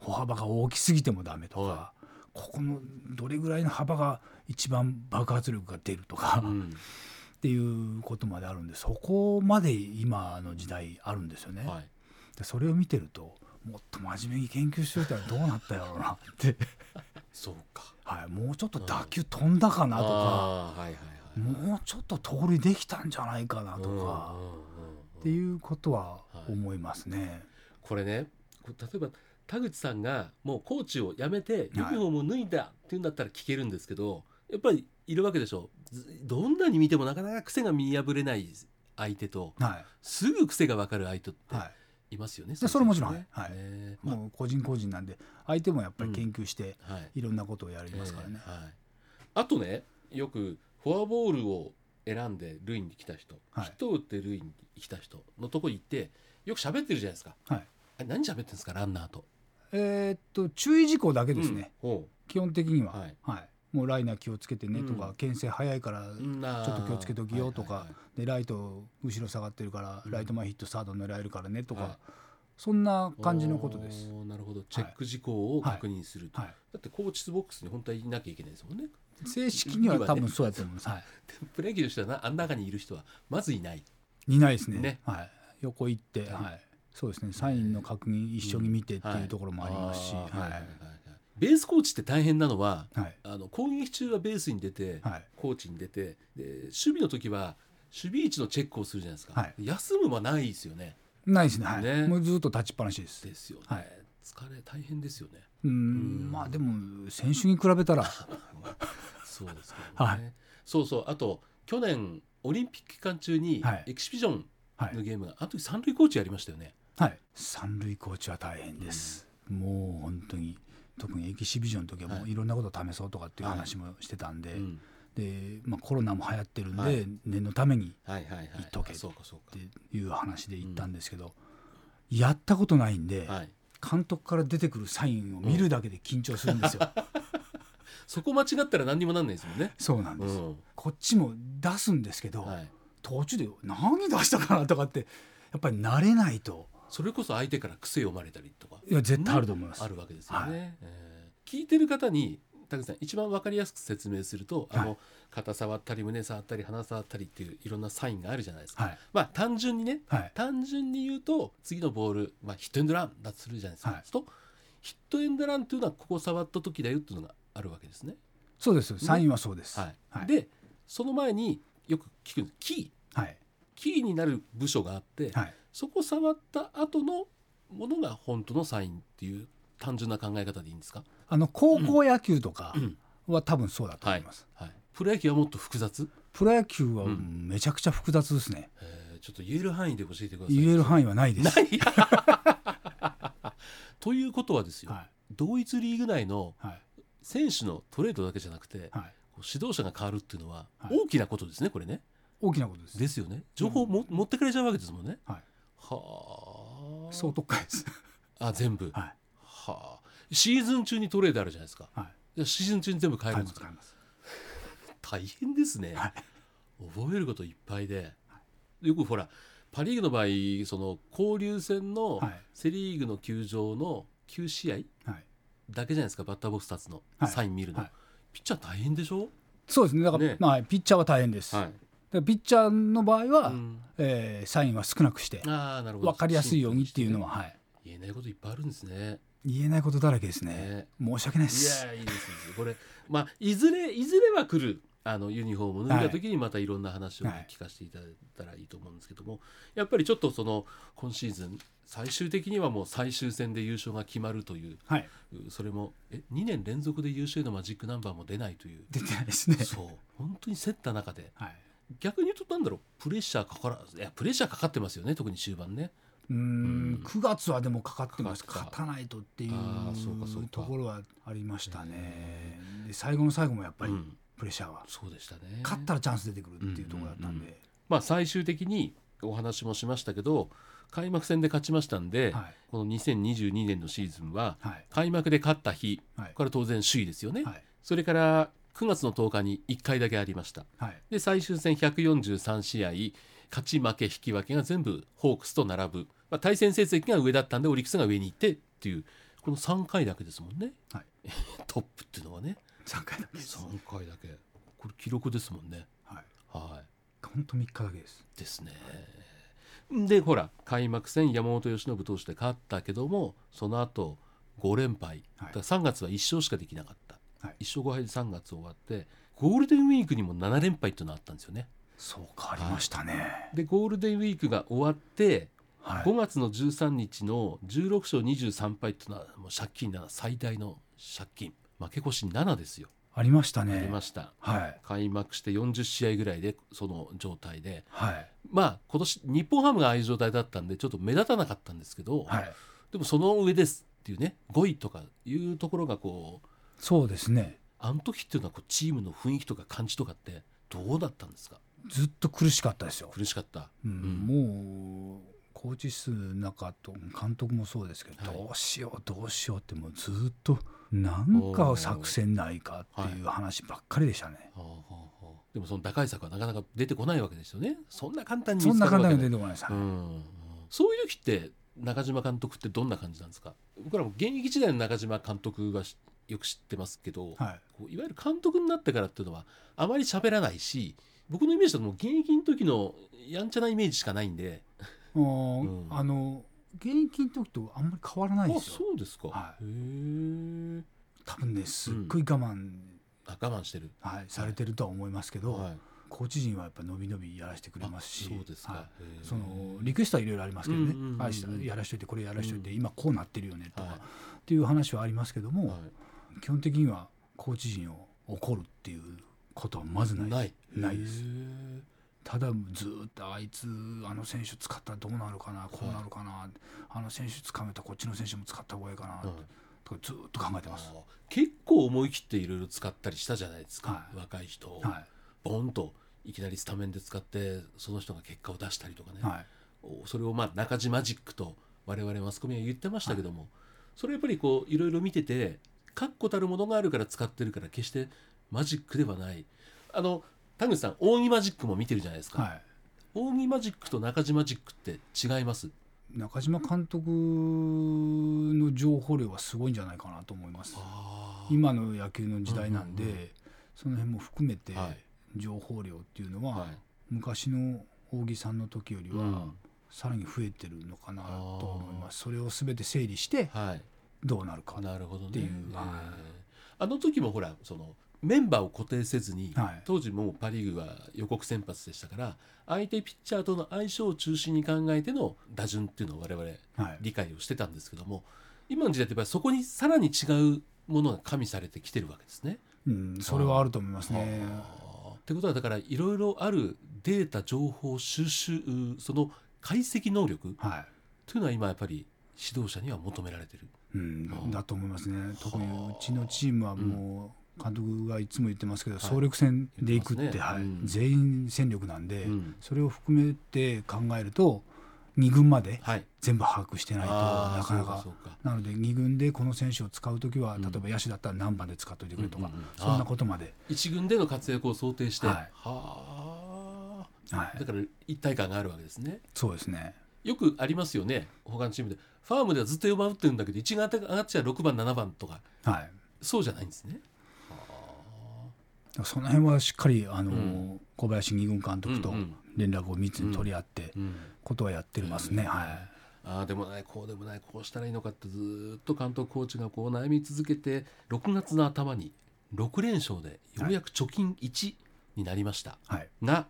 S1: 歩幅が大きすぎてもダメとか、
S2: は
S1: ここのどれぐらいの幅が一番爆発力が出るとか、
S2: う
S1: っ
S2: ん
S1: ていうことまであるんでそこまで今の時代あるんですよね。
S2: はい
S1: でそれを見てるともっと真面目に研究しておいたらどうなったやろうなって。
S2: そうか
S1: はい、もうちょっと打球飛んだかなとか、
S2: ああはいはいはい
S1: もうちょっと盗塁できたんじゃないかなとか、
S2: うんうん
S1: っ
S2: うんう
S1: て
S2: ん
S1: いうことは
S2: はい
S1: 思いますね。
S2: これねこう例えば田口さんがもうコーチを辞めてユニ
S1: はい
S2: フォームを脱いだっていうんだったら聞けるんですけど、やっぱりいるわけでしょずどんなに見てもなかなか癖が見破れない相手と
S1: は
S2: すぐ癖が分かる相手っ
S1: い、
S2: て
S1: はい
S2: ますよね。
S1: それもちろん
S2: ね
S1: はいはい
S2: ね
S1: い、もう個人個人なんで、相手もやっぱり研究して、
S2: はい。
S1: いろんなことをやりますからね。
S2: えーはい。あとね、よくフォアボールを選んで塁に来た人、
S1: はい
S2: ヒットを打って塁に来た人のとこ行って、よく喋ってるじゃないですか。
S1: はい、
S2: あれ何喋ってるんですか、ランナーと。
S1: えーっと注意事項だけですね、
S2: うん。ほ
S1: 基本的には、
S2: は
S1: はいい、もうライナー気をつけてねとか、
S2: うん
S1: 牽制早いから。
S2: ううんなー
S1: ちょっと気をつけときよとか、
S2: はいはいはい
S1: でライト後ろ下がってるから、
S2: うん
S1: ライト前ヒットサード狙えるからねとか、
S2: はい
S1: そんな感じのことです。
S2: おーなるほど。チェック事項を確認すると。
S1: はい
S2: だってコーチボックスに本当はいなきゃいけないですもんね。
S1: 正式には多分そうやと思うんです。はい、
S2: プロ野球の人はなあん中にいる人はまずいない。
S1: いないですね。
S2: ね
S1: はい、横行って、
S2: はい
S1: はい、そうですね。サインの確認一緒に見てっていうところもありますし、
S2: は
S1: はいい、は
S2: はい
S1: い
S2: はいはいベースコーチって大変なのは、
S1: はい、
S2: あの攻撃中はベースに出て、
S1: はい
S2: コーチに出てで守備の時は守備位置のチェックをするじゃないですか、
S1: はい
S2: 休むはないですよね
S1: ないですね。はい、
S2: ね
S1: もうずっと立ちっぱなしです。
S2: ですよね、
S1: はい
S2: 疲れ大変ですよ ね
S1: うー
S2: うん
S1: ん、まあでも先週に比べた ら、
S2: そうですけどね、
S1: はい
S2: そうそうあと去年オリンピック期間中に
S1: はい
S2: エキシビジョン
S1: はい
S2: の、ゲームが、あの時三塁コーチやりましたよね
S1: はい、三塁コーチは大変です。もう本当に。特にエキシビジョンの時はも
S2: は
S1: う
S2: い
S1: いろんなことを試そうとかっていう話もしてたんで、
S2: うん
S1: で、まあ、コロナも流行ってるんで、
S2: はい
S1: 念のために
S2: はいはいはい
S1: 行っとけ
S2: あそうかそうか
S1: っていう話で行ったんですけど、やったことないんで、
S2: はい
S1: 監督から出てくるサインを見るだけで緊張するんですよ。
S2: そこ間違ったら何にもなんないですもんね。
S1: そうなん
S2: う
S1: です、
S2: ん
S1: こっちも出すんですけど、
S2: はい、
S1: 途中で何出したかなとかってやっぱり慣れないと
S2: それこそ相手から癖読まれたりとか
S1: いや絶対あると思います、
S2: あるわけですよね。
S1: は
S2: えー聞いてる方に田口さん一番わかりやすく説明すると、あ
S1: は
S2: の肩触ったり胸触ったり鼻触ったりっていういろんなサインがあるじゃないですか。
S1: はい
S2: まあ単純にね
S1: はい
S2: 単純に言うと次のボール、まあ、ヒットエンドランだとするじゃないですか。
S1: はい
S2: そうするとヒットエンドランっていうのはここ触った時だよっていうのがあるわけですね。
S1: そうですサインはそうです、
S2: はい
S1: はい
S2: でその前によく聞くんですキー
S1: はい
S2: キーになる部署があって、
S1: はい
S2: そこ触った後のものが本当のサインっていう単純な考え方でいいんですか、
S1: あの高校野球とか
S2: うん
S1: は多分そうだと思います、
S2: はい、プロ野球はもっと複雑、
S1: プロ野球は
S2: うん
S1: めちゃくちゃ複雑ですね、
S2: えーちょっと言える範囲で教えてください
S1: 言える範囲はないです
S2: ないということはですよ、
S1: はい
S2: 同一リーグ内の
S1: はい
S2: 選手のトレードだけじゃなくて、
S1: はい
S2: こう指導者が変わるっていうのは
S1: はい
S2: 大きなことですね、これね
S1: 大きなことです
S2: ですよね情報をも、持ってかれちゃうわけですもんね
S1: はい
S2: はあ
S1: 総特化です
S2: あ全部
S1: はい
S2: はあシーズン中にトレードあるじゃないですか
S1: はい
S2: じゃあシーズン中に全部変え
S1: 変
S2: る
S1: え
S2: ん
S1: ま
S2: です
S1: す
S2: か
S1: 変えます
S2: 大変ですね、
S1: はい
S2: 覚えることいっぱいでよくほらパ・リーグの場合その交流戦の
S1: はい
S2: セ・リーグの球場の9試合
S1: はい
S2: だけじゃないですかバッターボックス立つの、
S1: はい
S2: サイン見るの、
S1: はい
S2: ピッチャー大変でしょ、
S1: そうですねだから、
S2: ね
S1: まあピッチャーは大変です、
S2: はい
S1: でピッチャーの場合は、
S2: うん
S1: えーサインは少なくして
S2: ああなるほど
S1: 分かりやすいようにっていうの
S2: は
S1: は、はい、
S2: 言えないこといっぱいあるんですね
S1: 言えないことだらけですね
S2: ね
S1: 申し訳ないで
S2: い
S1: す
S2: やいいですいいですこれまあいずれいずれは来るあのユニフォームを脱いだ時にまたいろんな話をね
S1: はい
S2: 聞かせていただいたらいいと思うんですけどもやっぱりちょっとその今シーズン最終的にはもう最終戦で優勝が決まるという
S1: はい
S2: それもえ2年連続で優勝へのマジックナンバーも出ないという
S1: 出てないですね
S2: そう本当に競った中で
S1: はい
S2: 逆に言うとなんだろうプレッシャーかからいやプレッシャーかかってますよね特に終盤ね
S1: うー
S2: うん
S1: ん9月はでもかかってます
S2: かかっ
S1: 勝た
S2: た
S1: ないとっていう
S2: あーそうかそうか
S1: ところはありましたねで最後の最後もやっぱり
S2: うん
S1: プレッシャーは
S2: そうでしたね
S1: 勝ったらチャンス出てくるっていうところだったん
S2: うんうん
S1: で
S2: まあ、最終的にお話もしましたけど開幕戦で勝ちましたんで、
S1: はい
S2: この2022年のシーズンは
S1: はい
S2: 開幕で勝った日
S1: はい
S2: これは当然首位ですよね、
S1: はい
S2: それから9月の10日に1回だけありました
S1: はい
S2: で最終戦143試合勝ち負け引き分けが全部ホークスと並ぶ、まあ、対戦成績が上だったんでオリックスが上に行ってっていうこの3回だけですもんね、
S1: はい
S2: トップっていうのはね
S1: 3回だけです
S2: 3回だけこれ記録ですもんね
S1: はい
S2: はい
S1: 本当3日だけです
S2: ですね。でほら開幕戦山本由伸投手で勝ったけどもその後5連敗、
S1: はい
S2: だから3月は1勝しかできなかった、
S1: はい
S2: 1勝5敗で3月終わってゴールデンウィークにも7連敗っていうのがあったんですよね
S1: そうかありましたね
S2: でゴールデンウィークが終わって
S1: はい
S2: 5月の13日の16勝23敗っていうのはもう借金7最大の借金負け越し7ですよ
S1: ありました
S2: あり
S1: ね
S2: ました、
S1: はい
S2: 開幕して40試合ぐらいでその状態で
S1: はい
S2: まあ今年日本ハムがああいう状態だったんでちょっと目立たなかったんですけど、
S1: はい
S2: でもその上ですっていうね5位とかいうところがこう
S1: そうですね
S2: あの時っていうのはこうチームの雰囲気とか感じとかってどうだったんですか
S1: ずっと苦しかったですよ
S2: 苦しかった、
S1: うん
S2: ん
S1: もうコーチ室の中と監督もそうですけど、
S2: はい
S1: どうしようどうしようってもうずっとなんか作戦ないかっていう話ばっかりでしたね、
S2: ほうほうほうでもその打開策はなかなか出てこないわけですよねそんな簡単に
S1: そんな簡単に
S2: 見
S1: 出
S2: つ
S1: てこないです、
S2: かるわけないうんうんそういう時って中島監督ってどんな感じなんですか僕らも現役時代の中島監督はしよく知ってますけど、
S1: はい
S2: こういわゆる監督になってからっていうのはあまり喋らないし僕のイメージだともう現役の時のやんちゃなイメージしかないんで
S1: あー
S2: うん
S1: あの現役の時とあんまり変わらないですよ
S2: うですか
S1: は
S2: へえ
S1: 多分ねすっごい我慢、
S2: あ我慢してる
S1: はい、されてるとは思いますけど、
S2: はい
S1: コーチ陣はやっぱ伸び伸びやらせてくれますし
S2: あそうですか、
S1: はい
S2: へえ
S1: そのリクエストはいろいろありますけどね、
S2: うんうんうんうん
S1: ああしたやらしといてこれやらしといて、
S2: うん
S1: 今こうなってるよねとか、
S2: はい
S1: っていう話はありますけども、
S2: は
S1: 基本的にはコーチ陣を怒るっていうことはまずないい
S2: ない
S1: ないです
S2: へ
S1: ただずーっとあいつあの選手使ったらどうなるかなこうなるかな、あの選手使めたらこっちの選手も使った方がいいかな、
S2: えはい
S1: とかずーっと考えて
S2: あ
S1: ます。
S2: ー結構思い切っていろいろ使ったりしたじゃないですか、
S1: はい
S2: 若い人を、
S1: は
S2: ボンといきなりスタメンで使ってその人が結果を出したりとかね
S1: い、、はい、
S2: おそれをまあ中地マジックと我々マスコミは言ってましたけども、それやっぱりこういろいろ見てて確固たるものがあるから使ってるから決してマジックではないあの田口さん扇マジックも見てるじゃないですか、
S1: は
S2: 扇マジックと中島マジックって違います
S1: い、中島監督の情報量はすごいんじゃないかなと思います
S2: あ
S1: 今の野球の時代なんで、
S2: うんうんう
S1: その辺も含めて
S2: はい
S1: 情報量っていうのは、
S2: はい
S1: 昔の扇さんの時より
S2: う
S1: は
S2: ん
S1: さらに増えてるのかなと思います、それを全て整理して
S2: はい
S1: どうなるか
S2: なるほどね
S1: っていう
S2: えー
S1: はい
S2: あの時もほらそのメンバーを固定せずに、
S1: はい
S2: 当時もうパ・リーグは予告先発でしたから相手ピッチャーとの相性を中心に考えての打順っていうのを我々
S1: はい、
S2: 理解をしてたんですけども今の時代ってやっぱりそこにさらに違うものが加味されてきてるわけですね。
S1: うん、それはあると思いますね。
S2: あーってことはだからいろいろあるデータ情報収集うーその解析能力
S1: は
S2: というのは今やっぱり指導者には求められてる。
S1: い、うん、だと思いますね。特にうちのチームはもう監督がいつも言ってますけど、総力戦でいくって、
S2: 言ってます
S1: はい
S2: ねうん
S1: 全員戦力なんで、
S2: うん
S1: それを含めて考えると2軍まで
S2: はい、
S1: 全部把握してないと
S2: あー
S1: なかなか
S2: そうかそうか
S1: なので2軍でこの選手を使う時は例えば野手だったら何番で使っといてくれとか、
S2: うんうんうん
S1: そんなことまで、
S2: 一軍での活躍を想定して、
S1: はい
S2: は
S1: は
S2: あ
S1: い
S2: だ、から一体感があるわけですね
S1: そうですね。
S2: よくありますよね他のチームでファームではずっと4番打ってるんだけど1軍上がっちゃ6番7番とか
S1: はい
S2: そうじゃないんですね
S1: その辺はしっかりあの、
S2: うん
S1: 小林二軍監督
S2: う
S1: と
S2: んうん
S1: 連絡を密に取り合って
S2: うん
S1: ことはやってますね、はい
S2: ああでもないこうでもないこうしたらいいのかってずーっと監督コーチがこう悩み続けて6月の頭に6連勝でようやく貯金1になりました、
S1: はい
S2: が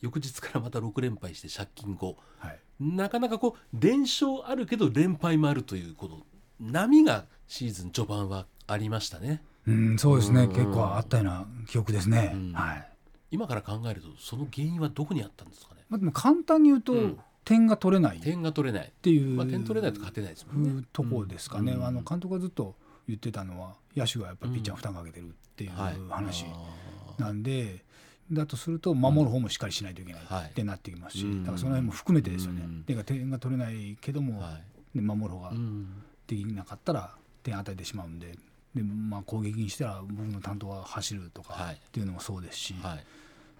S2: 翌日からまた6連敗して借金5
S1: はい
S2: なかなかこう連勝あるけど連敗もあるというこの波がシーズン序盤はありましたね
S1: うんそうですね、
S2: うん
S1: 結構あったような記憶ですね、
S2: うん
S1: はい
S2: 今から考えるとその原因はどこにあったんですかね
S1: まあ、でも簡単に言うと、
S2: うん
S1: 点が取れないっ
S2: 点が取れない、
S1: ていう、
S2: まあ、点取れないと勝てないですもん
S1: ふ
S2: ね
S1: うとこですかね、
S2: うん
S1: あの監督がずっと言ってたのは野手がやっぱりピッチャー負担かけてるっていう
S2: はい
S1: 話
S2: あ
S1: なんで、だとすると守る方もしっかりしないといけない
S2: はい
S1: ってなってきますし、
S2: うん
S1: だからその辺も含めてですよね、
S2: うん
S1: 点が点が取れないけど
S2: ー
S1: も、
S2: は
S1: で守る方が
S2: いうん
S1: できなかったら点与えてしまうんでで、まあ、攻撃にしたら僕の担当は走ると
S2: は
S1: か
S2: い
S1: っていうのもそうですし、
S2: はい、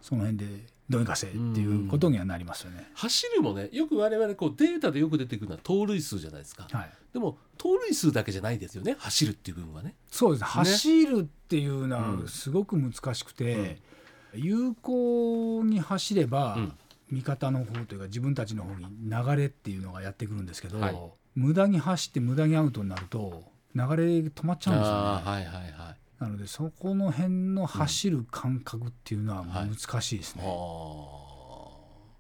S1: その辺でどうにかせっていうことにはなりますよね。
S2: 走るもねよく我々こうデータでよく出てくるのは盗塁数じゃないですか、
S1: はい、
S2: でも盗塁数だけじゃないですよね走るっていう部分はね
S1: そうですね走るっていうの
S2: うん
S1: はすごく難しくて、有効に走れば、
S2: うん
S1: 味方の方というか自分たちの方に流れっていうのがやってくるんですけど、
S2: はい
S1: 無駄に走って無駄にアウトになると流れ止まっちゃうんですよね。
S2: あーはいはいはい
S1: なのでそこの辺の走る感覚っていうのは
S2: はい
S1: 難しいですね。
S2: あー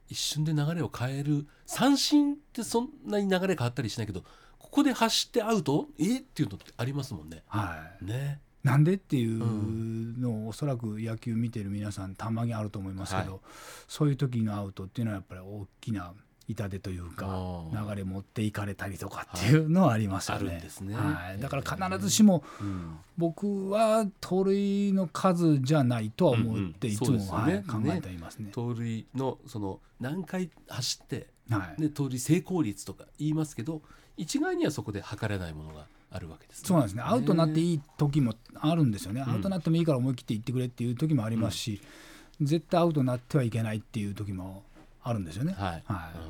S2: 一瞬で流れを変える三振ってそんなに流れ変わったりしないけどここで走ってアウトえっていうのってありますもんね。
S1: は
S2: ね。
S1: い、なんでっていう
S2: うん
S1: のをおそらく野球見てる皆さんたまにあると思いますけど、そういう時のアウトっていうのはやっぱり大きな痛手というか
S2: あー
S1: 流れ持っていかれたりとかっていうのはありますよね。
S2: あるんですね
S1: はい、だから必ずしも
S2: うん
S1: 僕は盗塁の数じゃないとは思って
S2: うんうん
S1: いつ
S2: そう
S1: も、
S2: ですよ
S1: は
S2: ね
S1: い、考
S2: ね
S1: えていますね。
S2: 盗塁のその何回走って、
S1: はい、
S2: ね、盗塁成功率とか言いますけど一概にはそこで測れないものがあるわけです、
S1: そうなんですね。アウトになって
S2: い
S1: いい時もあるんですよね。
S2: ん
S1: アウトになってもいいから思い切って行ってくれっていう時もありますし、絶対アウトになってはいけないっていう時もあるんですよね。
S2: はい
S1: はい
S2: うん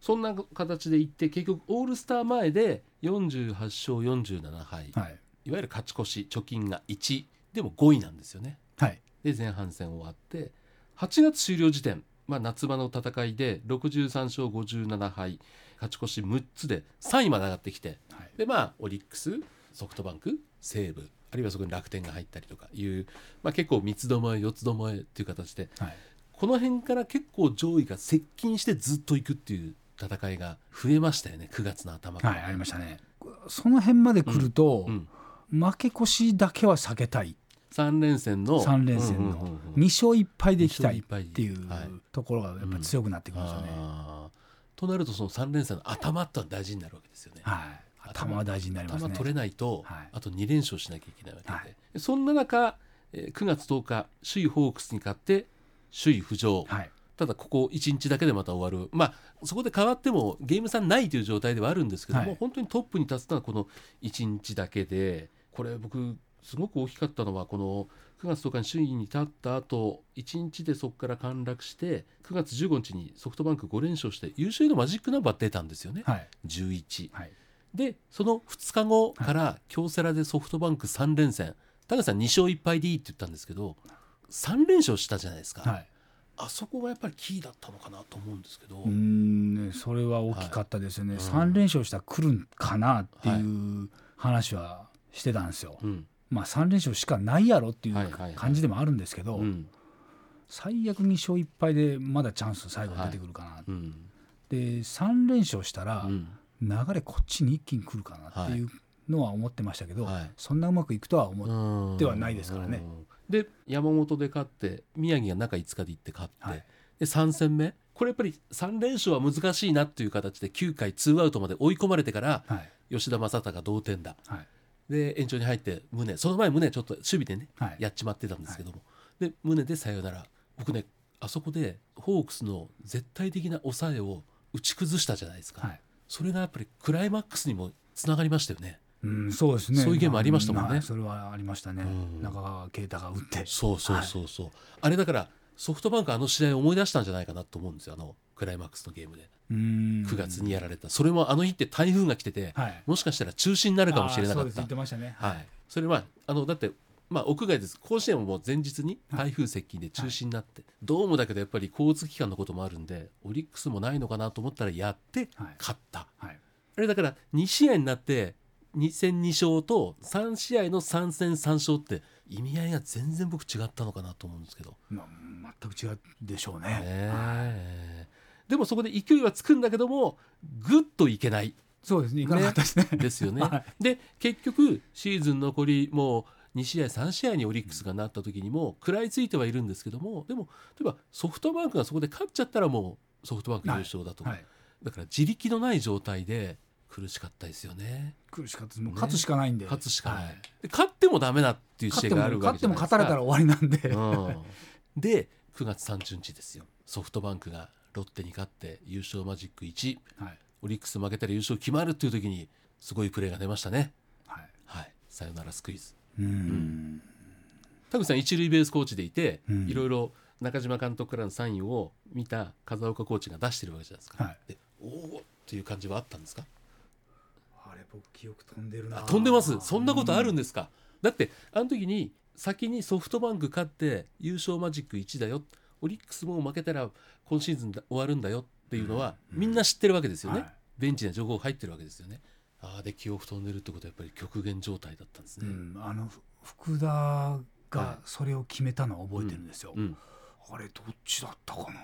S2: そんな形でいって結局オールスター前で48勝47敗、
S1: はい
S2: いわゆる勝ち越し貯金が1でも5位なんですよね
S1: はい
S2: で前半戦終わって8月終了時点、まあ、夏場の戦いで63勝57敗勝ち越し6つで3位まで上がってきて
S1: はい
S2: でまあオリックスソフトバンク西武あるいはそこに楽天が入ったりとかいう、まあ、結構三つどもえ四つどもえっていう形で
S1: はい。
S2: この辺から結構上位が接近してずっといくっていう戦いが増えましたよね9月の頭から。
S1: はいありましたね。その辺まで来ると、
S2: うん
S1: 負け越しだけは避けたい。
S2: 3連戦の
S1: 三連戦
S2: うんうんうん
S1: の
S2: うん
S1: 二勝一敗でいきたいっていう
S2: 二勝一敗はい
S1: ところがやっぱり強くなってきますよね。
S2: あーとなるとその3連戦の頭ってのは大事になるわけですよね。
S1: はい。頭は大事になります
S2: 頭
S1: ね。
S2: 取れないと、
S1: はい
S2: あと2連勝しなきゃいけないわけで、
S1: はい
S2: そんな中、えー9月10日首位ホークスに勝って首位浮上、
S1: はい
S2: ただここ1日だけでまた終わる、まあ、そこで変わってもゲーム差ないという状態ではあるんですけども、
S1: はい
S2: 本当にトップに立つのはこの1日だけでこれ僕すごく大きかったのはこの9月10日に首位に立った後1日でそこから陥落して9月15日にソフトバンク5連勝して優秀のマジックナンバー出たんですよね、
S1: はい
S2: 11
S1: はい
S2: でその2日後から京セラでソフトバンク3連戦高橋さん2勝1敗でいいって言ったんですけど3連勝したじゃないですか、
S1: はい
S2: あそこがやっぱりキーだったのかなと思うんですけど、
S1: うーんねそれは大きかったですよね、
S2: はい
S1: 三3連勝したら来るんかなっていう話はしてたんですよ、
S2: うん
S1: まあ3連勝しかないやろってい
S2: はいはいは
S1: う
S2: い
S1: 感じでもあるんですけど、
S2: うん
S1: 最悪2勝1敗でまだチャンス最後出てくるかな、
S2: うん
S1: で3連勝したら
S2: うん
S1: 流れこっちに一気に来るかなっていうのは思ってましたけど、
S2: はい
S1: そんなうまくいくとは思っ
S2: うん
S1: ではないですからね。
S2: で山本で勝って宮城が中5日で行って勝って、
S1: はい
S2: で3戦目これやっぱり3連勝は難しいなっていう形で9回ツーアウトまで追い込まれてから
S1: はい
S2: 吉田正尚同点だ
S1: はい
S2: で延長に入って宗その前宗ちょっと守備でね、
S1: はい
S2: やっちまってたんですけども、で宗でさよなら僕ねあそこでホークスの絶対的な抑えを打ち崩したじゃないですか、
S1: はい
S2: それがやっぱりクライマックスにもつながりましたよね。
S1: うん、そうですね
S2: そういうゲームありましたもんね
S1: はいそれはありましたね、
S2: うん
S1: 中川圭太が打って
S2: そうそうそうそう、あれだからソフトバンクあの試合を思い出したんじゃないかなと思うんですよあのクライマックスのゲームで
S1: 9
S2: 9月にやられた、それもあの日って台風が来てて、
S1: はい
S2: もしかしたら中止になるかもしれ
S1: あーそ
S2: なか
S1: う
S2: っ
S1: です
S2: た
S1: 言ってましたね、
S2: はい、それはあのだって、まあ、屋外です甲子園ももう前日に台風接近で中止になって、どうもだけどやっぱり交通機関のこともあるんでオリックスもないのかなと思ったらやって
S1: はい
S2: 勝った、
S1: はい
S2: あれだから2試合になって2戦2勝と3試合の3戦3勝って意味合いが全然僕違ったのかなと思うんですけど、ね
S1: まあ、全く違うでしょうね
S2: えでもそこで勢いはつくんだけどもぐっといけない
S1: そうですねいかなかったですね
S2: ですよね。
S1: は
S2: で結局シーズン残りもう2試合3試合にオリックスがなった時にも食らいついてはいるんですけどもでも例えばソフトバンクがそこで勝っちゃったらもうソフトバンク優勝だと、
S1: はい、
S2: だから自力のない状態で苦しかったですよね
S1: 苦しかったですもう勝つしかないんで、
S2: 勝つしかない、
S1: はい
S2: で勝ってもダメだっていう
S1: 勝っ
S2: 試合
S1: ても
S2: がある
S1: 勝
S2: わ
S1: っ
S2: けじ
S1: て
S2: ゃな
S1: も
S2: いで
S1: 勝
S2: すか
S1: たれたら終わりなんで、
S2: うん、 で9月30日ですよソフトバンクがロッテに勝って優勝マジック1
S1: はい
S2: オリックス負けたら優勝決まるっていう時にすごいプレーが出ましたね
S1: はい、
S2: はい、さよならスクイズ
S1: うん
S2: 田口さん一塁ベースコーチでいて、
S1: うん
S2: いろいろ中島監督からのサインを見た風岡コーチが出してるわけじゃないですか、
S1: はい
S2: でおおっていう感じはあったんですか
S1: あれ僕記憶飛んでる
S2: あ
S1: な
S2: 飛んでますそんなことあるんですか、だってあの時に先にソフトバンク勝って優勝マジック1だよオリックスも負けたら今シーズンだ終わるんだよっていうのは、
S1: うん
S2: みんな知ってるわけですよね、
S1: はい
S2: ベンチに情報入ってるわけですよねああで記憶飛んでるってことはやっぱり極限状態だったんです
S1: う
S2: ね、
S1: ん、あのふ福田
S2: は
S1: が
S2: い
S1: それを決めたのは覚えてるんですよ、
S2: うん
S1: あれどっちだったかな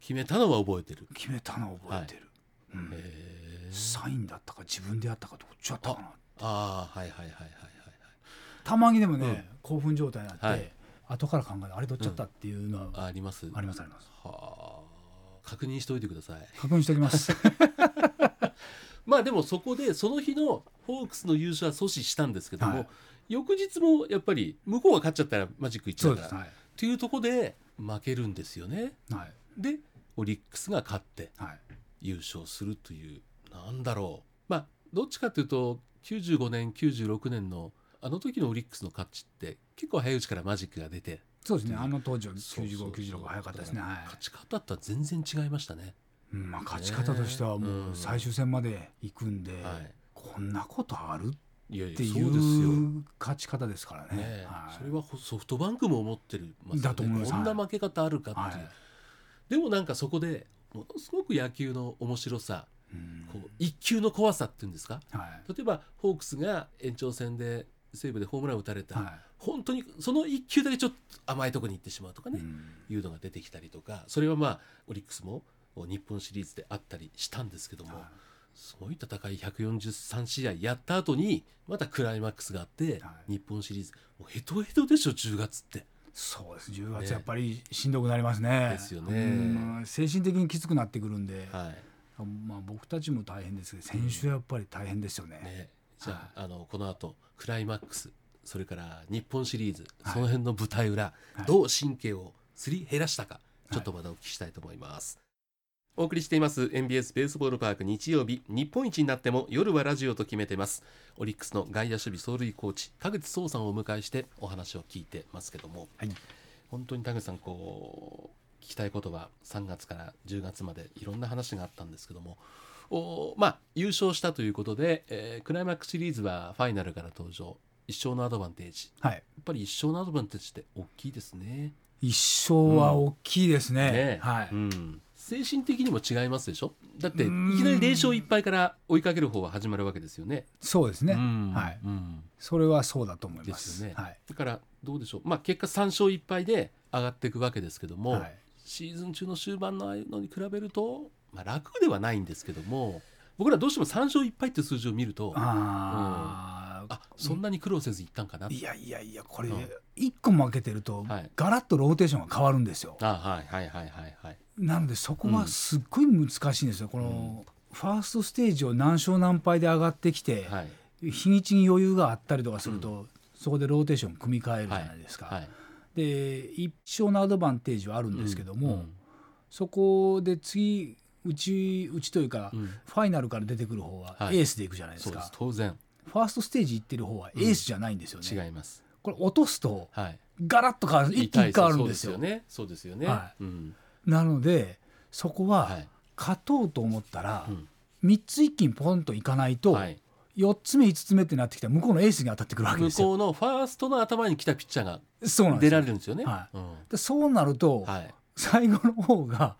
S2: 決めたのは覚えてる、
S1: 決めたのは覚えてる、うん
S2: へえ
S1: サインだったか自分でやったかどっちだったかな
S2: ああはいはいはいはいはい
S1: たまにでもね、
S2: うん
S1: 興奮状態になって、
S2: はい
S1: 後から考えてあれどっちだったっていうの
S2: はい
S1: は
S2: あります
S1: ありますあります
S2: はあ確認しておいてください
S1: 確認しておきます
S2: まあでもそこでその日のホークスの優勝は阻止したんですけども、
S1: はい
S2: 翌日もやっぱり向こうが勝っちゃったらマジック
S1: そ
S2: 1
S1: う
S2: だ
S1: で
S2: か
S1: す
S2: らっ
S1: はい
S2: ていうところで負けるんですよね
S1: はい
S2: でオリックスが勝って
S1: はい
S2: 優勝するというなんだろうまあどっちかというと95年96年のあの時のオリックスの勝ちって結構早いうちからマジックが出て
S1: そうですねあの当時は
S2: そうそうそう
S1: 9596が早かったですねはい
S2: 勝ち方とは全然違いましたね。
S1: うんまあ、勝ち方としてはもう最終戦まで行くんで、
S2: はい
S1: こんなことある
S2: いやいや
S1: ってい
S2: そうですよ。
S1: う勝ち方ですからね。
S2: ね
S1: はい
S2: それはほソフトバンクも思ってる、ま
S1: だと思います
S2: こんな負け方あるかっていう、
S1: はい
S2: でもなんかそこでものすごく野球の面白さ
S1: うん
S2: こう一球の怖さっていうんですか
S1: は
S2: 例えばホークスが延長戦で西武でホームランを打たれ
S1: い
S2: た、
S1: は
S2: 本当にその一球だけちょっと甘いところに行ってしまうとか
S1: い
S2: ね、
S1: うん
S2: いうのが出てきたりとかそれはまあオリックスも日本シリーズであったりしたんですけども、
S1: は
S2: すごい戦い143試合やった後にまたクライマックスがあって、
S1: はい
S2: 日本シリーズもうヘトヘトでしょ10月って
S1: そうです10月やっぱりしんどくなりますね。
S2: ですよね
S1: うん精神的にきつくなってくるんで、
S2: はい
S1: まあ、僕たちも大変ですけど選手はやっぱり大変ですよね。
S2: ね、じゃあ,、
S1: は
S2: あのこの後クライマックスそれから日本シリーズ、
S1: はい
S2: その辺の舞台裏、
S1: い
S2: どう神経をすり減らしたか、ちょっとまたお聞きしたいと思います。お送りしています NBS ベースボールパーク日曜日日本一になっても夜はラジオと決めてますオリックスの外野守備走塁コーチ田口壮さんをお迎えしてお話を聞いてますけども、
S1: はい
S2: 本当に田口さんこう聞きたいことは3月から10月までいろんな話があったんですけどもおまあ優勝したということで、えークライマックスシリーズはファイナルから登場一勝のアドバンテージ
S1: はい、
S2: やっぱり一勝のアドバンテージって大きいですね。
S1: 一生は大きいですね。
S2: ね
S1: はい、
S2: うん、精神的にも違いますでしょだっていう
S1: ー
S2: き
S1: ん
S2: なり0勝1敗から追いかける方は始まるわけですよね。
S1: そうですね、
S2: うん
S1: はい
S2: うん
S1: それはそうだと思いま
S2: です
S1: す。
S2: よね
S1: はい、
S2: だからどうでしょう、まあ、結果3勝1敗で上がっていくわけですけども、
S1: はい
S2: シーズン中の終盤のああいうのに比べると、まあ、楽ではないんですけども僕らどうしても3勝1敗っていう数字を見るとあ
S1: ああ、
S2: そんなに苦労せずいったんかな、
S1: いやいやいや、これ
S2: うん
S1: 一個負けてると、
S2: はい
S1: ガラッとローテーションが変わるんですよ。
S2: あはいはいはいはいはい
S1: なのでそこはすっごい難しいんですよ。このファーストステージを何勝何敗で上がってきて、
S2: はい
S1: 日にちに余裕があったりとかすると、そこでローテーション組み替えるじゃないですか。
S2: はい
S1: で一勝のアドバンテージはあるんですけども、
S2: うん
S1: そこで次うちうちというか、
S2: うん
S1: ファイナルから出てくる方は
S2: は
S1: エ
S2: い
S1: ースでいくじゃないで
S2: そ
S1: す
S2: う
S1: か、
S2: です当然
S1: ファーストステージ行ってる方はエースじゃないんですよね、
S2: 違います、
S1: これ落とすと
S2: はい
S1: ガラッと変わる一気に変わるんですよ
S2: そうですよねそうですよね、
S1: は
S2: うん
S1: なのでそこ
S2: は
S1: はい勝とうと思ったら、
S2: うん
S1: 3つ一気にポンといかないと、
S2: はい
S1: 4つ目5つ目ってなってきたら向こうのエースに当たってくるわけで
S2: 向
S1: すよ
S2: こうのファーストの頭に来たピッチャーが
S1: そうなんです
S2: 出ら
S1: よ
S2: れるんですよね。
S1: は
S2: うん
S1: でそうなると、
S2: はい
S1: 最後の方が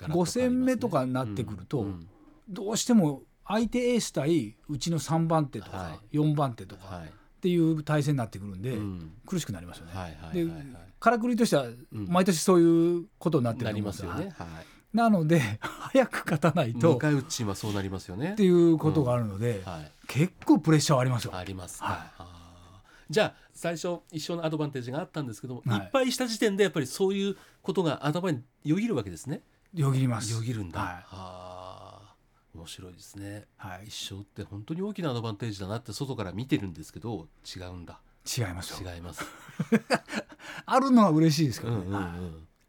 S2: ガラッと変わり
S1: 5
S2: ますね
S1: 戦目とかになってくると、
S2: うんうん
S1: どうしても相手エース対うちの3番手と
S2: は
S1: か4番手とか
S2: はい
S1: っていう対戦になってくるんで、
S2: うん
S1: 苦しくなりますよね。
S2: はいはい
S1: で
S2: はいはい
S1: からくりとしては毎年そういうことになってる
S2: な
S1: と
S2: り
S1: 思うん
S2: ま
S1: ですすよ
S2: よ
S1: はい
S2: ね。はい
S1: なので早く勝たないと
S2: 迎え撃ちはそうなりますよね
S1: って。いうことがあるので、
S2: はい
S1: 結構プレッシャーはありますよ。
S2: あります
S1: はい
S2: か。あーじゃあ最初一生のアドバンテージがあったんですけども、
S1: はい
S2: い、っぱいした時点でやっぱりそういうことが頭によぎるわけですね。
S1: よぎります。
S2: よぎるんだ。
S1: はい
S2: あー面白いですね。
S1: はい、
S2: 一生って本当に大きなアドバンテージだなって外から見てるんですけど違うんだ
S1: 違いますよ。
S2: 違います
S1: あるのは嬉しいですけどね、はい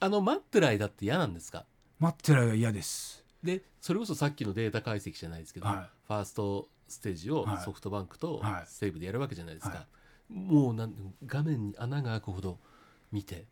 S2: あの待ってる間って嫌なんですか
S1: 待ってる間は嫌です。
S2: でそれこそさっきのデータ解析じゃないですけど、
S1: は
S2: ファーストステージを
S1: はい
S2: ソフトバンクと
S1: はい
S2: 西武でやるわけじゃないですか、
S1: は
S2: もうなん画面に穴が開くほど見て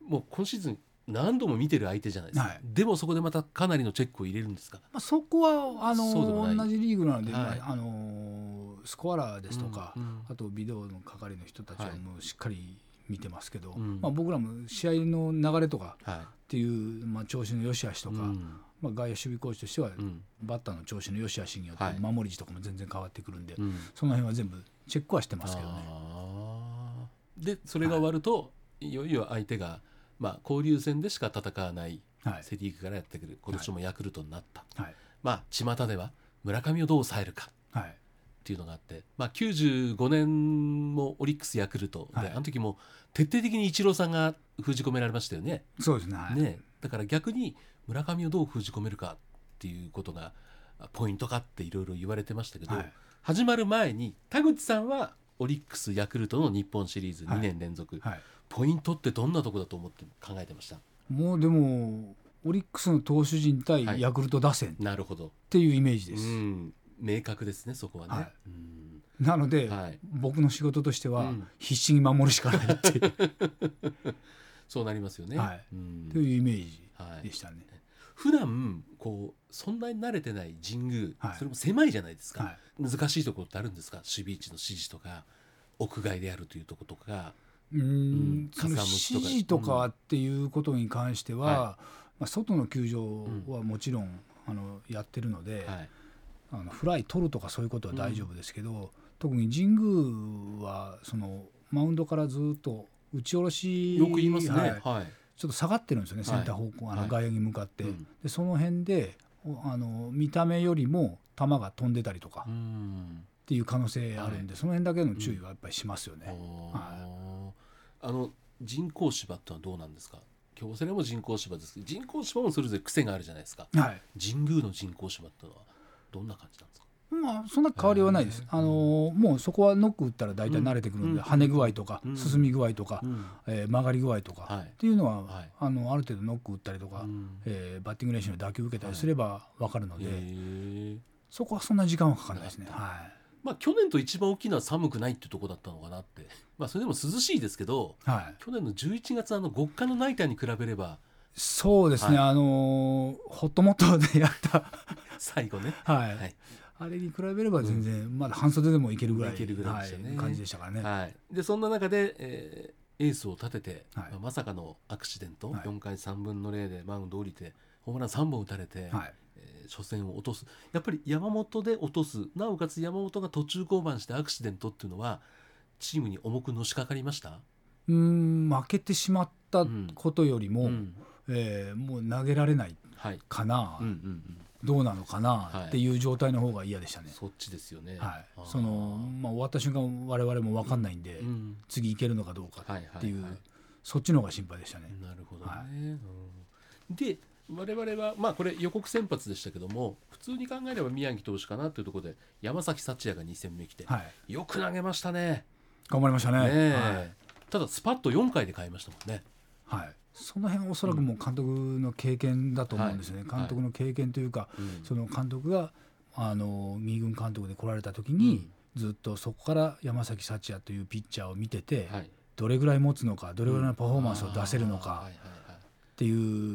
S2: もう今シーズン何度も見てる相手じゃないですか、
S1: はい
S2: でもそこでまたかなりのチェックを入れるんですか
S1: まあ、そこはあの
S2: そうでもない
S1: 同じリーグなので、
S2: はい
S1: まああのスコアラーですとか、
S2: うんうん
S1: あとビデオの係の人たちは
S2: はい
S1: もうしっかり見てますけど、
S2: うん
S1: まあ、僕らも試合の流れとか
S2: は
S1: っていう、まあ、調子の良し悪し
S2: い
S1: とか、
S2: うん
S1: まあ、外野守備コーチとしては、
S2: うん
S1: バッターの調子の良し悪しによって
S2: はい
S1: 守り位置とかも全然変わってくるんで、
S2: うん
S1: その辺は全部チェックはしてますけどね。
S2: あーでそれが終わると、い、よいよ相手が、まあ、交流戦でしか戦わない
S1: はい
S2: セ・リーグからやってくる今年もヤクルトになった、
S1: はい
S2: まあ巷では村上をどう抑えるか
S1: はい
S2: っていうのがあって、まあ、95年もオリックスヤクルトで、
S1: はい
S2: あの時も徹底的にイチローさんが封じ込められましたよね,、
S1: そうですね,はい、
S2: ねだから逆に村上をどう封じ込めるかっていうことがあポイントかっていろいろ言われてましたけど、
S1: はい
S2: 始まる前に田口さんはオリックスヤクルトの日本シリーズ
S1: はい
S2: 2年連続、
S1: はい、
S2: ポイントってどんなとこだと思って考えてました
S1: もうでもオリックスの投手陣
S2: はい
S1: 対ヤクルト打線っ
S2: なるほど、
S1: ていうイメージ
S2: う
S1: です。
S2: ん、明確ですねそこはね、
S1: はい
S2: うん
S1: なので、
S2: はい
S1: 僕の仕事として
S2: う
S1: は
S2: ん
S1: 必死に守るしかないっていう
S2: そうなりますよね、
S1: はい
S2: うん
S1: というイメージ
S2: はい
S1: で、したね。
S2: 普段こうそんなに慣れてない神宮、
S1: はい
S2: それも狭いじゃないですか、
S1: はい
S2: 難しいところってあるんですか守備位置の指示とか屋外であるというところとか
S1: うー
S2: うん
S1: んその指
S2: かさむしとか
S1: 示とかっていうことに関しては、
S2: うん
S1: まあ、外の球場はもちろん、あのやってるので、
S2: はい
S1: あのフライ取るとかそういうことは大丈夫ですけど、特に神宮はそのマウンドからずっと打ち下ろし
S2: よく言いますね
S1: はい
S2: はい
S1: ちょっと下がってるんですよね
S2: はい
S1: センター方向、あ
S2: は
S1: の
S2: い
S1: 外野に向かって、
S2: うん
S1: でその辺でおあの見た目よりも球が飛んでたりとか
S2: う
S1: っ
S2: ん
S1: ていう可能性あるんで、その辺だけの注意はやっぱりしますよ
S2: あ
S1: ね。
S2: ーあの人工芝ってのはどうなんですか京セラも人工芝ですけど人工芝もそれぞれ癖があるじゃないですか
S1: はい、
S2: 神宮の人工芝ってのはどんな感じなんですか
S1: まあ、そんな変わりはないです、あのーもうそこはノック打ったら大体慣れてくるんで、
S2: うん
S1: 跳ね具合とか、
S2: うん
S1: 進み具合とか、えー曲がり具合とか、
S2: はい
S1: っていうのは、
S2: はい
S1: あのある程度ノック打ったりとか、
S2: うん
S1: えーバッティング練習の打球受けたりすれば分かるの
S2: へ
S1: で、
S2: え
S1: そこはそんな時間はかかんないですね。
S2: な
S1: は
S2: まあ去年と一番大きいのは寒くないってとこだったのかなって まあそれでも涼しいですけど
S1: い、はい、
S2: 去年の11月あの極寒のナイターに比べれば
S1: そうですね、あのーホットモットでやった、
S2: 最後ね
S1: はい
S2: はい
S1: あれに比べれば全然、まだ半袖でもいけるぐらい
S2: いけるぐらいでしたね
S1: はい感じでしたからね。
S2: はい、でそんな中で、えーエースを立てて、
S1: はい
S2: まあまさかのアクシデント、
S1: はい
S2: 4回3分の0でマウンド降りてホームラン3本打たれて、
S1: はい
S2: えー初戦を落とすやっぱり山本で落とすなおかつ山本が途中降板してアクシデントっていうのはチームに重くのしかかりました、
S1: うーん負けてしまったことよりも、
S2: うん
S1: えーもう投げられない
S2: はい
S1: かな、
S2: うんうんうん、
S1: どうなのか
S2: は
S1: ないっていう状態の方が嫌でしたね。
S2: そっちですよ
S1: は
S2: ね。
S1: い
S2: あー
S1: そのまあ、終わった瞬間我々も分かんないんで、
S2: うん
S1: 次いけるのかどうか
S2: はいはいはい
S1: っていう、そっちの方が心配でしたね。
S2: なるほどね。
S1: は
S2: うんで我々は、まあ、これ予告先発でしたけども普通に考えれば宮城投手かなというところで山崎幸也が2戦目来て、
S1: はい、
S2: よく投げましたね
S1: 頑張りましたね。
S2: ねえ
S1: はい
S2: ただスパッと4回で変えましたもんね。
S1: はい、その辺おそらくもう監督の経験だと思うんですよね、
S2: はい
S1: 監督の経験というか、
S2: うん
S1: その監督があの二軍監督で来られた時に、ずっとそこから山崎幸也というピッチャーを見てて、
S2: はい、
S1: どれぐらい持つのかどれぐらいのパフォーマンスを出せるの
S2: あー
S1: か
S2: はいはいはい
S1: ってい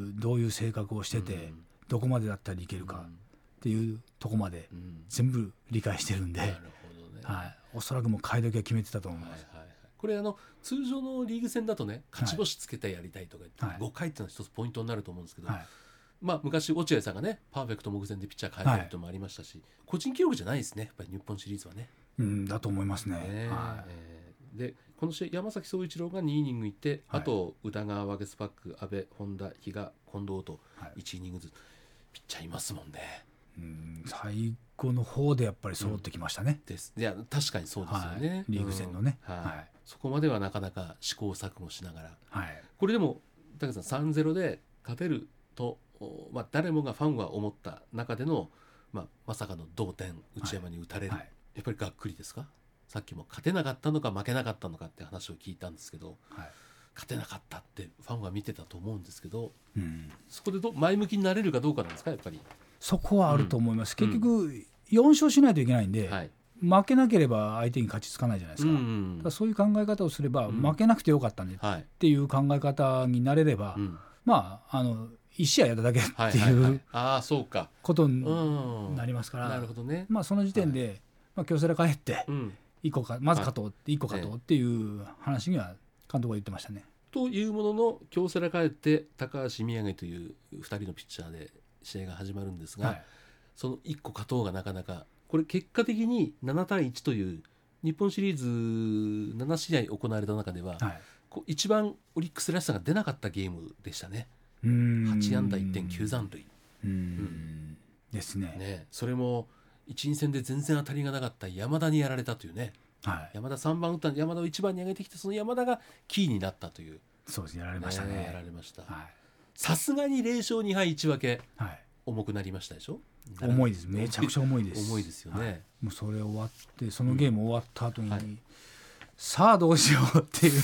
S1: うどういう性格をしてて、
S2: うん
S1: どこまでだったらいけるかっていうとこまで
S2: うんうん
S1: 全部理解してるんで、
S2: なるほどね、
S1: はい、おそらくもう買い時は決めてたと思い
S2: はい
S1: ま
S2: はい
S1: す。
S2: はい、これあの通常のリーグ戦だとね勝ち星つけてやりたいとか言って、
S1: はい
S2: 5回っていうのは一つポイントになると思うんですけど、
S1: はい
S2: まあ、昔落合さんがねパーフェクト目前でピッチャー変えたりともありましたし、個人記録じゃないですねやっぱり日本シリーズはね。
S1: うん、だと思いますね。
S2: ね
S1: は
S2: えーでこの試合山崎総一郎が2イニングいって、
S1: はい
S2: あと宇田川ワゲスパック阿部本田比嘉近藤と
S1: はい
S2: 1イニングずつ、ピッチャーいますもんね。
S1: い、うん最後の方でやっぱり揃ってきましたね。
S2: ですいや確かにそうですよね、
S1: はいリーグ戦のね
S2: うんはい
S1: はい
S2: そこまではなかなか試行錯誤しながら
S1: はい、
S2: これでも武さん3-0で勝てると、おまあ、誰もがファンは思った中での、まあ、まさかの同点内山に打たれる、
S1: はい
S2: やっぱりがっくりですかさっきも勝てなかったのか負けなかったのかって話を聞いたんですけど
S1: はい
S2: 勝てなかったってファンは見てたと思うんですけど
S1: うん、
S2: そこでど前向きになれるかどうかなんですかやっぱり。
S1: そこはあると思います、
S2: うん
S1: 結局4勝しないといけないんで、
S2: はい、
S1: 負けなければ相手に勝ちつかないじゃないですか,、
S2: うん
S1: そういう考え方をすれば、
S2: うん
S1: 負けなくてよかったねっ
S2: はい
S1: ていう考え方になれれば、
S2: うん
S1: まああの1試合やっただけ
S2: はい
S1: って
S2: はい
S1: い
S2: は
S1: う
S2: い、ああそうか、
S1: こと
S2: う
S1: に
S2: ん、
S1: なりますから、
S2: なるほどね、
S1: まあ、その時点で、まあ、京セラ帰って
S2: うん、
S1: 一個かまず勝とうって1個勝とうっていう話には監督は言ってましたね。
S2: というものの京セラ帰って高橋宮城という2人のピッチャーで試合が始まるんですが、
S1: はい
S2: その1個勝とうがなかなかこれ結果的に7対1という日本シリーズ7試合行われた中では、
S1: はい
S2: こう一番オリックスらしさが出なかったゲームでしたね
S1: うーん
S2: 8安打1.9残塁、
S1: うーんですね
S2: ね、それも1、2戦で全然当たりがなかった山田にやられたというね
S1: はい
S2: 山田3番打ったんで山田を1番に上げてきてその山田がキーになったという、
S1: そうですねやられました
S2: ねやら
S1: ね
S2: れました。
S1: は
S2: さすがに0勝2敗1分け
S1: い、はい、
S2: 重くなりましたでしょ
S1: 重いですめちゃくちゃ重いです
S2: 重いですよね、
S1: はいもうそれ終わってそのゲーム終わった後に、
S2: はい
S1: さあどうしようっていう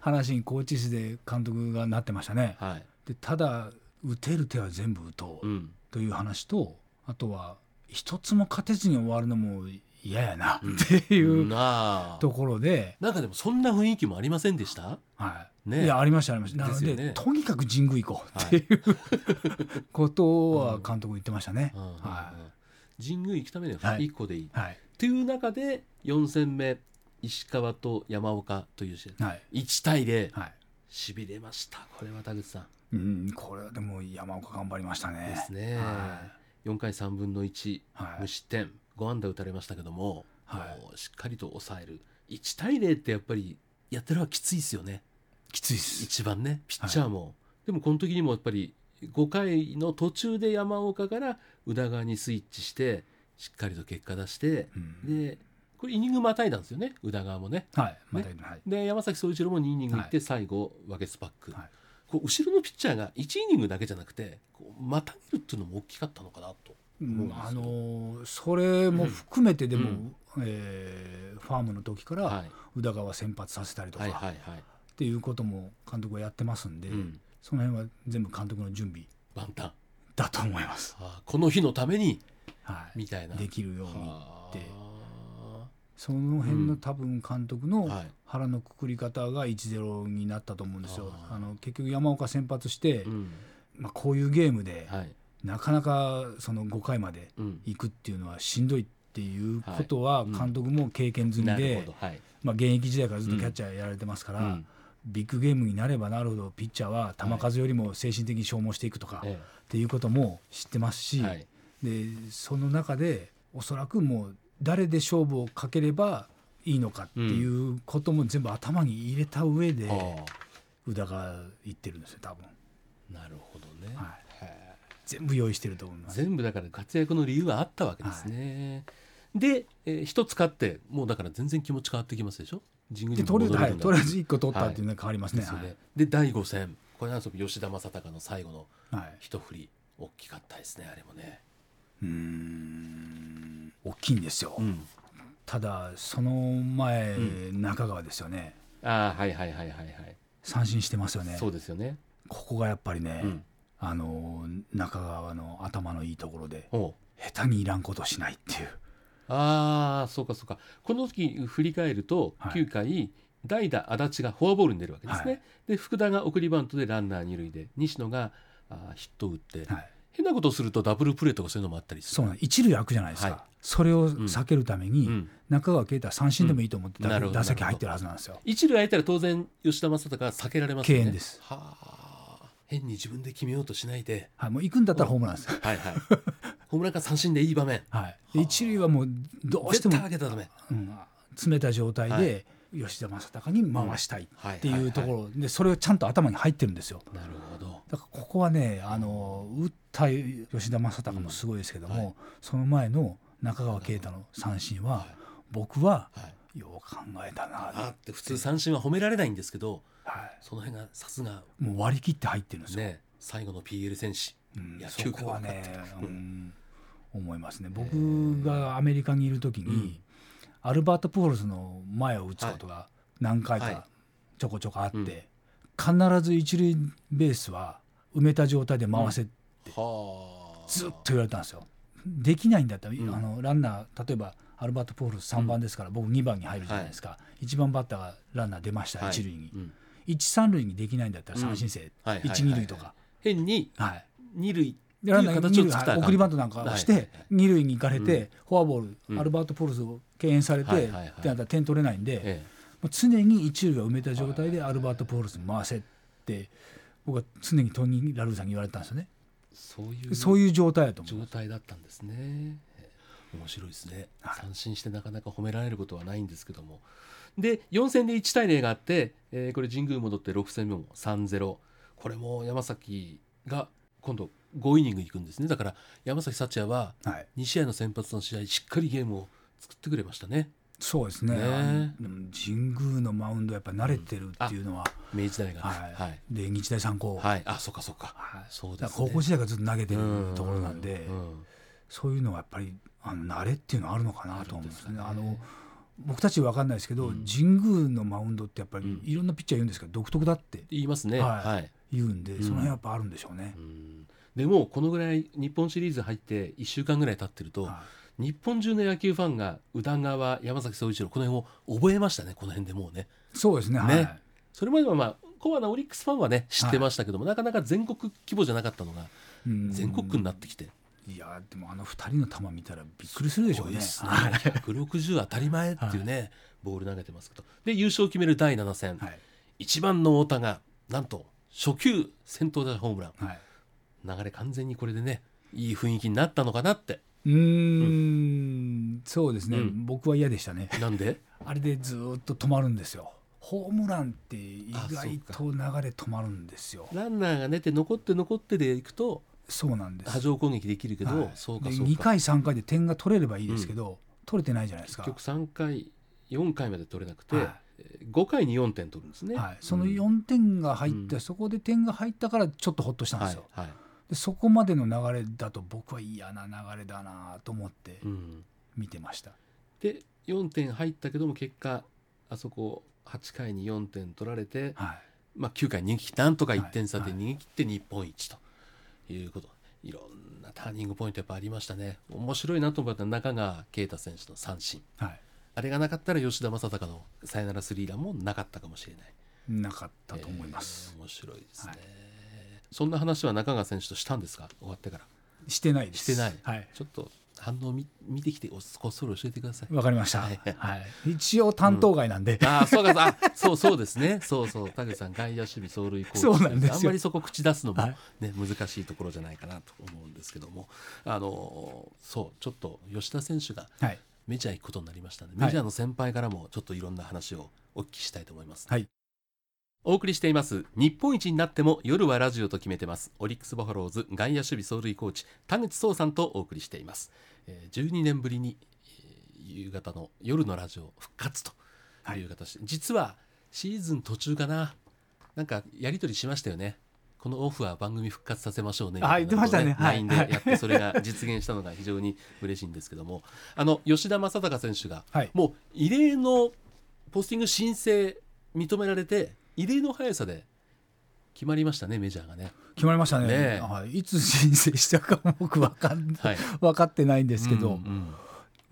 S1: 話にコーチ室で監督がなってましたね、
S2: はい、
S1: でただ打てる手は全部打とう
S2: うん
S1: という話とあとは一つも勝てずに終わるのも嫌やな
S2: うん
S1: っていう、
S2: なあ
S1: ところで、
S2: なんかでもそんな雰囲気もありませんでした
S1: はい
S2: ね
S1: いやありましたありましたな
S2: で
S1: の
S2: すよ
S1: で
S2: ね
S1: とにかく神宮行こうっていう、ことは監督言ってましたね、
S2: うんうんうん
S1: は
S2: 神宮行くためには
S1: はい
S2: 1個でいい、
S1: いはい
S2: という中で4戦目石川と山岡という試合
S1: はい
S2: 1対0
S1: はい
S2: しびれましたこれは田口さん
S1: うん、これはでも山岡頑張りましたね。
S2: ですね、
S1: は
S2: 4回3分の1
S1: はい
S2: 無失点5安打打たれましたけども,、
S1: はい
S2: もうしっかりと抑える1対0ってやっぱりやってるのはきついですよね
S1: きついです。
S2: 一番ねピッチャーも、でもこの時にもやっぱり5回の途中で山岡から宇田川にスイッチしてしっかりと結果出して
S1: うん
S2: でこれイニングまたいだんですよね宇田川もね
S1: はい、また、はい、
S2: で山崎総一郎も2イニングいっ
S1: は
S2: て最後、ワゲスパック、
S1: はい
S2: こう後ろのピッチャーが1イニングだけじゃなくてこうまたげるっていうのも大きかったのかなと
S1: うん
S2: そうです
S1: あのそれも含めてでも、えーファームの時か
S2: は
S1: ら
S2: い
S1: 宇田川先発させたりとか
S2: はいは
S1: っ
S2: いはい、
S1: ていうことも監督はやってますんで、
S2: うん、
S1: その辺は全部監督の準備
S2: 万端
S1: だと思います。
S2: あーこの日のために
S1: はい、
S2: みたいな
S1: できるように
S2: は
S1: って
S2: あ
S1: その辺
S2: う
S1: の
S2: ん
S1: 多分監督の
S2: はい
S1: 腹のくくり方が1-0になったと思うんですよ。
S2: あー
S1: あの結局山岡先発して、
S2: うん
S1: まあ、こういうゲームで
S2: はい
S1: なかなかその5回まで
S2: うん
S1: 行くっていうのはしんどいっていうことは
S2: うん
S1: 監督も経験済み
S2: な
S1: で、
S2: るほどはい
S1: まあ、現役時代からずっとキャッチャーやられてますから、
S2: うん
S1: ビッグゲームになればなるほどピッチャーは球数よりも精神的に消耗していくとか、っ
S2: え
S1: ていうことも知ってます
S2: え
S1: し、
S2: はい
S1: でその中でおそらくもう誰で勝負をかければいいのかっていうことも全部頭に入れた上で、
S2: あ
S1: 宇田が言ってるんですよ多分、
S2: あなるほどね、
S1: は
S2: へえ
S1: い、全部用意してると思います。
S2: 全部だから活躍の理由はあったわけですね。で、えー、一つ勝ってもうだから全然気持ち変わってきますでしょ神宮
S1: で
S2: に
S1: と
S2: 戻
S1: り
S2: れ
S1: あえず、
S2: るんだ
S1: はい、とりあえず1個取ったっていうのが変わりますね。
S2: ですよ
S1: はい
S2: ねで第5戦これなんですよ吉田正尚の最後の
S1: はい
S2: 一振り大きかったですねあれもね。
S1: うーん大きいんですよ、
S2: ん、
S1: ただその前、中川ですよね
S2: ああはいはいはいはいはい、
S1: 三振してますよね
S2: そうですよね。
S1: ここがやっぱりね、
S2: うん
S1: あの中川の頭のいいところで
S2: おう
S1: 下手にいらんことしないっていう
S2: ああそうかそうかこの時振り返ると
S1: はい
S2: 9回、代打足立がフォアボールに出るわけですね。
S1: はい
S2: で福田が送りバントでランナー二塁で西野があーヒットを打って。
S1: はい、
S2: 変なことをするとダブルプレーとかそういうのもあったりす
S1: そ
S2: る。
S1: うなん一塁空くじゃないですか、
S2: はい
S1: それを避けるために、
S2: うん
S1: 中川圭太は三振でもいいと思って
S2: うんなるほど
S1: 打席入ってるはずなんですよ、
S2: 一塁空いたら当然吉田正尚は避けられますよね。
S1: 敬遠です
S2: はあ。変に自分で決めようとしないで。
S1: はい、もう行くんだったらホームランです、
S2: はいはい。 ホームランから三振でいい場面。
S1: はい、で一塁はもうどうして
S2: 絶
S1: も
S2: 対上げたらダメ。
S1: うん、詰めた状態で吉田正尚に回したいっていうところでそれをちゃんと頭に入ってるんですよ。
S2: なるほど。
S1: だからここはねあの打った吉田正尚もすごいですけども、
S2: うんは
S1: その前の中川圭太の三振は、
S2: はい
S1: 僕は
S2: はい。
S1: よう考えたな、
S2: あーって普通三振は褒められないんですけど、
S1: は
S2: その辺がさすが
S1: い、もう割り切って入ってるんですよ。
S2: ね最後の PL 戦士。
S1: うん
S2: 野
S1: そ
S2: 球
S1: こはね
S2: が分かっ、
S1: う
S2: てる
S1: ん、思いますね。僕がアメリカにいる時に、アルバート・プホルスの前を打つことが何回
S2: はい
S1: かちょこちょこあって、必ず一塁ベースは埋めた状態で回せ、
S2: はあ。
S1: ずっと言われたんですよ。できないんだったら、
S2: ん
S1: あのランナー例えばアルバート・プホルス3番ですから、僕2番に入るじゃないですか、1番バッターがランナー出ました、
S2: はい
S1: 一塁に、
S2: うん
S1: 一三塁にできないんだったら三振制、
S2: はいはいはいはい
S1: 一二塁とか。
S2: 変に
S1: はい
S2: 二塁って
S1: でラン
S2: い
S1: ナ
S2: う
S1: ー
S2: 形
S1: 二
S2: を
S1: 塁
S2: 作ったらあかん
S1: 送りバントなんかをし
S2: はいは
S1: て
S2: いはい
S1: 二塁に行かれ
S2: う
S1: てフォアボー
S2: う
S1: ル
S2: ん
S1: アルバート・ポールズを敬遠され
S2: はい
S1: て
S2: はいはい
S1: ってなったら点取れないんで
S2: ええ
S1: もう常に一塁を埋めた状態でアルバート・ポールズに回せって僕は常にトニー・ラルーさんに言われてたんですよね
S2: そういう。
S1: そういう状態だと思う
S2: 状態だったんですね。えー面白いですね。三振してなかなか褒められることはないんですけども。で、4戦で1対0があって、えーこれ神宮戻って6戦目も3-0。これも山崎が今度5イニング行くんですね。だから山崎幸也は
S1: はい
S2: 2試合の先発の試合、しっかりゲームを作ってくれましたね。
S1: そうですね
S2: ね
S1: あのうん神宮のマウンドやっぱ慣れてるっていうのは
S2: 明治大学。はい。は
S1: はい
S2: い。
S1: で日大三高
S2: あ、そっかそっか。
S1: はい
S2: そうで
S1: だ
S2: す
S1: か
S2: ね。
S1: ら高校時代からずっと投げてる
S2: うん
S1: ところなんで。
S2: うん
S1: そういうのはやっぱりあの慣れっていうのはあるのかなと思うんですね。
S2: あ
S1: あ
S2: るんですかね
S1: の僕たちわかんないですけど、神宮のマウンドってやっぱ
S2: うん
S1: りいろんなピッチャー言うんですけど、独特だって
S2: 言いますね。
S1: はい
S2: はい
S1: 言うんで、その辺やっぱあるんでしょうね
S2: う。んでもこのぐらい日本シリーズ入って1週間ぐらい経ってると、
S1: は
S2: 日本中の野球ファンが宇田川山崎総一郎この辺を覚えましたねこの辺でもうね
S1: いそうですね。
S2: ね
S1: はい。
S2: それまではまあコアなオリックスファンはね知ってましたけども、なかなか全国規模じゃなかったのが
S1: うん
S2: 全国区になってきて、
S1: いやでもあの二人の球見たらびっくりするでしょうね。
S2: すごい
S1: はい
S2: ですね160当たり前っていうね、ボール投げてますけどで優勝を決める第7戦、
S1: はい
S2: 一番の太田がなんと初球先頭打者ホームラン
S1: はい。
S2: 流れ完全にこれでねいい雰囲気になったのかなって
S1: うーん、そうですね。
S2: うん
S1: 僕は嫌でしたね。
S2: なん で
S1: あれでずーっと止まるんですよ。ホームランって意外
S2: あ
S1: と流れ止まるんですよ。
S2: ランナーが出て残って残ってでいくと
S1: そうなんです
S2: 波。状攻撃できるけど、
S1: はい
S2: そうか
S1: で
S2: そう
S1: 2
S2: か
S1: 回3回で点が取れればいいですけど、取れてないじゃないですか
S2: 結局3回4回まで取れなくて、
S1: は
S2: 5回に4点取るんですね、
S1: はい、その
S2: うん
S1: 4点が入って、
S2: うん
S1: そこで点が入ったからちょっとほっとしたんで
S2: は
S1: す
S2: い
S1: よ、
S2: はい
S1: ででそこまでの流れだと僕は嫌な流れだなと思って
S2: うん、
S1: 見てました、
S2: で4点入ったけども結果あそこ8回に4点取られて、
S1: はい
S2: まあ、9回逃げ切ってなんとか
S1: はい
S2: 1点差で
S1: はい
S2: 逃げ切って日本一ということ、い、ろんなターニングポイントやっぱありましたね面白いなと思ったのは中川圭太選手の三振
S1: はい、
S2: あれがなかったら吉田正尚のサヨナラスリーランもなかったかもしれない
S1: なかったと思います、
S2: えー面白いですね、
S1: はい
S2: そんな話は中川選手としたんですか終わってから
S1: してないです
S2: してない
S1: はい
S2: ちょっと反応見見てきておこっそり教えてください
S1: わかりました、
S2: はい
S1: はい、一応担当外なんで、
S2: ああ、そうか、あ、そう、そうですね。そうそう、田口さん、外野守備走塁コーチ
S1: そうなんですよ
S2: あんまりそこ口出すのも、
S1: は
S2: ね
S1: い、
S2: 難しいところじゃないかなと思うんですけども。あのー、そう、ちょっと吉田選手が
S1: はい
S2: メジャー行くことになりましたので、
S1: はい
S2: メジャーの先輩からも、ちょっといろんな話をお聞きしたいと思います。
S1: はい
S2: お送りしています日本一になっても夜はラジオと決めてますオリックスバファローズ外野守備走塁コーチ田口壮さんとお送りしていますえー12年ぶりにえー夕方の夜のラジオ復活と
S1: はい
S2: いう形で、実はシーズン途中かななんかやり取りしましたよねこのオフは番組復活させましょうね
S1: あ
S2: みいなことを
S1: 言ってましたねはい
S2: LINE でやってそれが実現したのが非常に嬉しいんですけどもあの吉田正尚選手が
S1: はい
S2: もう異例のポスティング申請認められて異例の速さで決まりましたねメジャーがね。
S1: 決まりましたね
S2: ねえ
S1: はい、いつ申請したかも僕分かん、
S2: はい
S1: 分かってないん ですけど、
S2: うんうん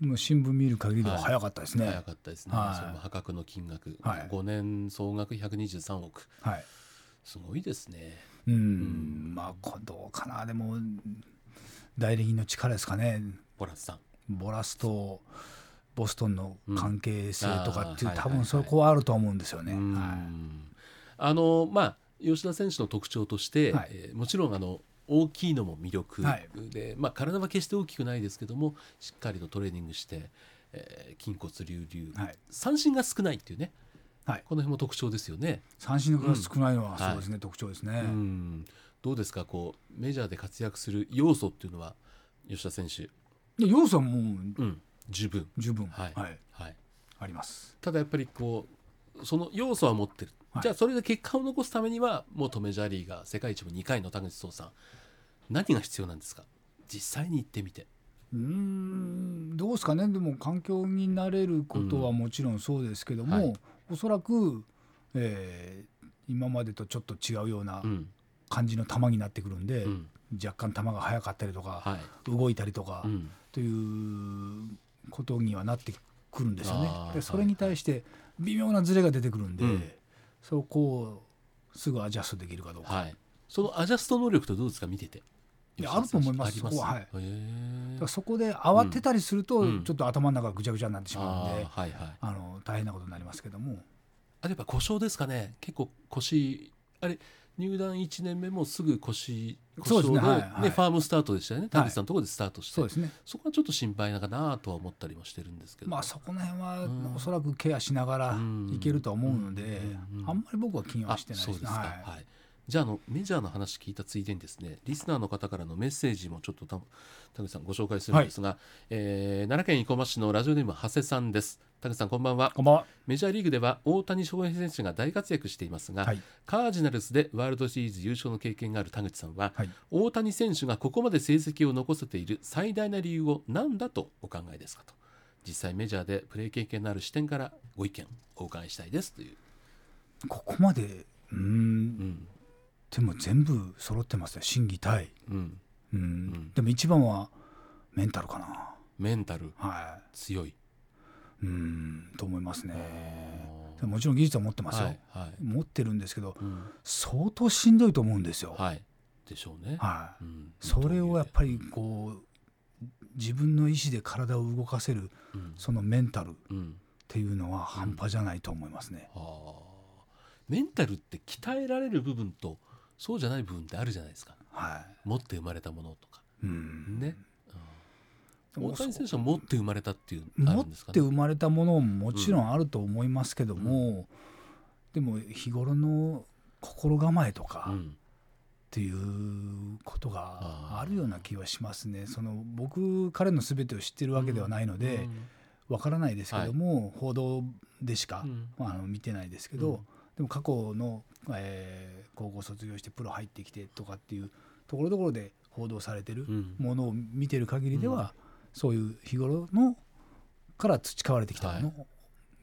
S1: もう新聞見る限りでは
S2: はい
S1: 早かったですね、
S2: 早かったですね、
S1: はい
S2: それも破格の金額、
S1: はい
S2: 5年総額123億
S1: はい
S2: すごいですね
S1: うん、まあこどうかなでも代理人の力ですかね
S2: ボラスさん
S1: ボラスとボストンの関係性とかっていう、
S2: うんあー
S1: 多
S2: はいはいはい
S1: 分そこはあると思うんですよね。
S2: う
S1: は
S2: んあのまあ吉田選手の特徴として、
S1: はい
S2: えーもちろんあの大きいのも魅力で、
S1: はい
S2: まあ、体は決して大きくないですけどもしっかりとトレーニングして、えー筋骨隆々、
S1: はい
S2: 三振が少ないっていうね、
S1: はい
S2: この辺も特徴ですよね。
S1: い、三振の数少ないのは
S2: ん
S1: そうですね、特徴ですね。
S2: うんどうですかこうメジャーで活躍する要素っていうのは吉田選手、
S1: で要素はもう
S2: うん、十分、
S1: 十分、
S2: は
S1: はいい
S2: はい、
S1: あります。
S2: ただやっぱりこうその要素は持ってる、
S1: はい
S2: じゃあそれで結果を残すためには元メジャーリーガー世界一も2回の田口壮さん何が必要なんですか実際に行ってみて
S1: うーんどうですかねでも環境に慣れることはもちろんそうですけども、
S2: うんはい
S1: おそらく、えー今までとちょっと違うような
S2: うん、
S1: 感じの球になってくるんで、
S2: うん、
S1: 若干球が速かったりとか、
S2: はい、
S1: 動いたりとか、
S2: うん、
S1: ということにはなってくるんですよね
S2: あー
S1: でそれに対して微妙なズレが出てくるんで、
S2: うん
S1: そこをすぐアジャストできるかどうか,、
S2: はいそのアジャスト能力とどうですか見てて
S1: いやあると思います
S2: 吉田選手
S1: そこは
S2: あり
S1: だか
S2: ま
S1: ら
S2: す
S1: そこで慌てたりすると、
S2: うん
S1: ちょっと頭の中がぐちゃぐちゃになって
S2: へ
S1: し
S2: ー
S1: まうんで、
S2: あーはいはい
S1: あの大変なことになりますけども
S2: あれやっぱ故障ですかね結構腰あれ入団1年目もすぐ腰
S1: そう
S2: 故
S1: ですね
S2: 障で
S1: はいはい
S2: ファームスタートでしたよね田口さんのところでスタートして、
S1: そうですね
S2: そこはちょっと心配なのかなとは思ったりもしてるんですけど、
S1: まあそこの辺は
S2: うん
S1: おそらくケアしながらいけるとは思うので、
S2: うんうん
S1: あんまり僕は気には
S2: あ
S1: してない
S2: そう
S1: で
S2: ですす
S1: ね。
S2: か、はい
S1: はい
S2: じゃああのメジャーの話聞いたついでにですねリスナーの方からのメッセージもちょっとた田口さんご紹介するんですが、えー奈良県生駒市のラジオネーム長谷さんです田口さんこんばんは
S1: こんばんは、
S2: メジャーリーグでは大谷翔平選手が大活躍していますが、
S1: はい
S2: カージナルスでワールドシリーズ優勝の経験がある田口さんは、
S1: はい
S2: 大谷選手がここまで成績を残せている最大な理由を何だとお考えですかと実際メジャーでプレー経験のある視点からご意見お伺いしたいですという、
S1: ここまでうーん
S2: うん
S1: でも全部揃ってますね心技体、
S2: うん、
S1: うん
S2: ん
S1: でも一番はメンタルかな
S2: メンタル
S1: は
S2: 強い、
S1: いうんと思いますね
S2: あー
S1: でももちろん技術は持ってますよ、
S2: はいはい、
S1: 持ってるんですけど
S2: うん
S1: 相当しんどいと思うんですよ、
S2: はい、でしょうね、
S1: はい
S2: うん
S1: それをやっぱりこう自分の意思で体を動かせる
S2: うん
S1: そのメンタルっ
S2: うん
S1: ていうのは半端じゃないと思いますね、
S2: あーメンタルって鍛えられる部分とそうじゃない部分ってあるじゃないですか
S1: は
S2: 持って生まれたものとか
S1: い、うん
S2: ね、うん
S1: もう
S2: 大谷選手は持って生まれたっていうのあ
S1: 持
S2: る
S1: っ
S2: んですか
S1: て
S2: ね
S1: 生まれたものももちろんあると思いますけども、でも日頃の心構えとか
S2: う
S1: っ
S2: ん
S1: ていうことが
S2: あー
S1: あるような気はしますね。その僕彼の全てを知ってるわけではないのでわからないですけども、報道でしか
S2: う、ん
S1: まああの見てないですけ
S2: うん
S1: ど、でも過去の、えー高校卒業してプロ入ってきてとかっていうところどころで報道されてる
S2: うん
S1: ものを見てる限りでは、そういう日頃のから培われてきたもの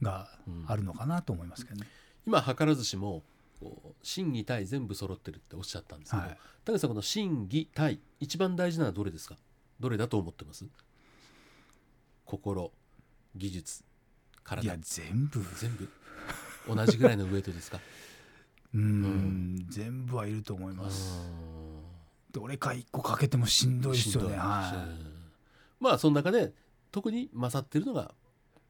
S1: があるのかなと思いますけどね。
S2: 今図らずしもこう真偽対全部揃ってるっておっしゃったんですけど、
S1: はい
S2: 田口さんこの真偽対一番大事なのはどれですかどれだと思ってます心技
S1: い
S2: 術
S1: や
S2: 体
S1: 全部
S2: 全部同じぐらいのウェイトですか
S1: うん、全部はいると思い ます。
S2: う
S1: どれか一個かけてもしんどい
S2: ん
S1: ですよ
S2: しんど
S1: ね。
S2: い
S1: は
S2: うんまあその中で特に勝ってるのが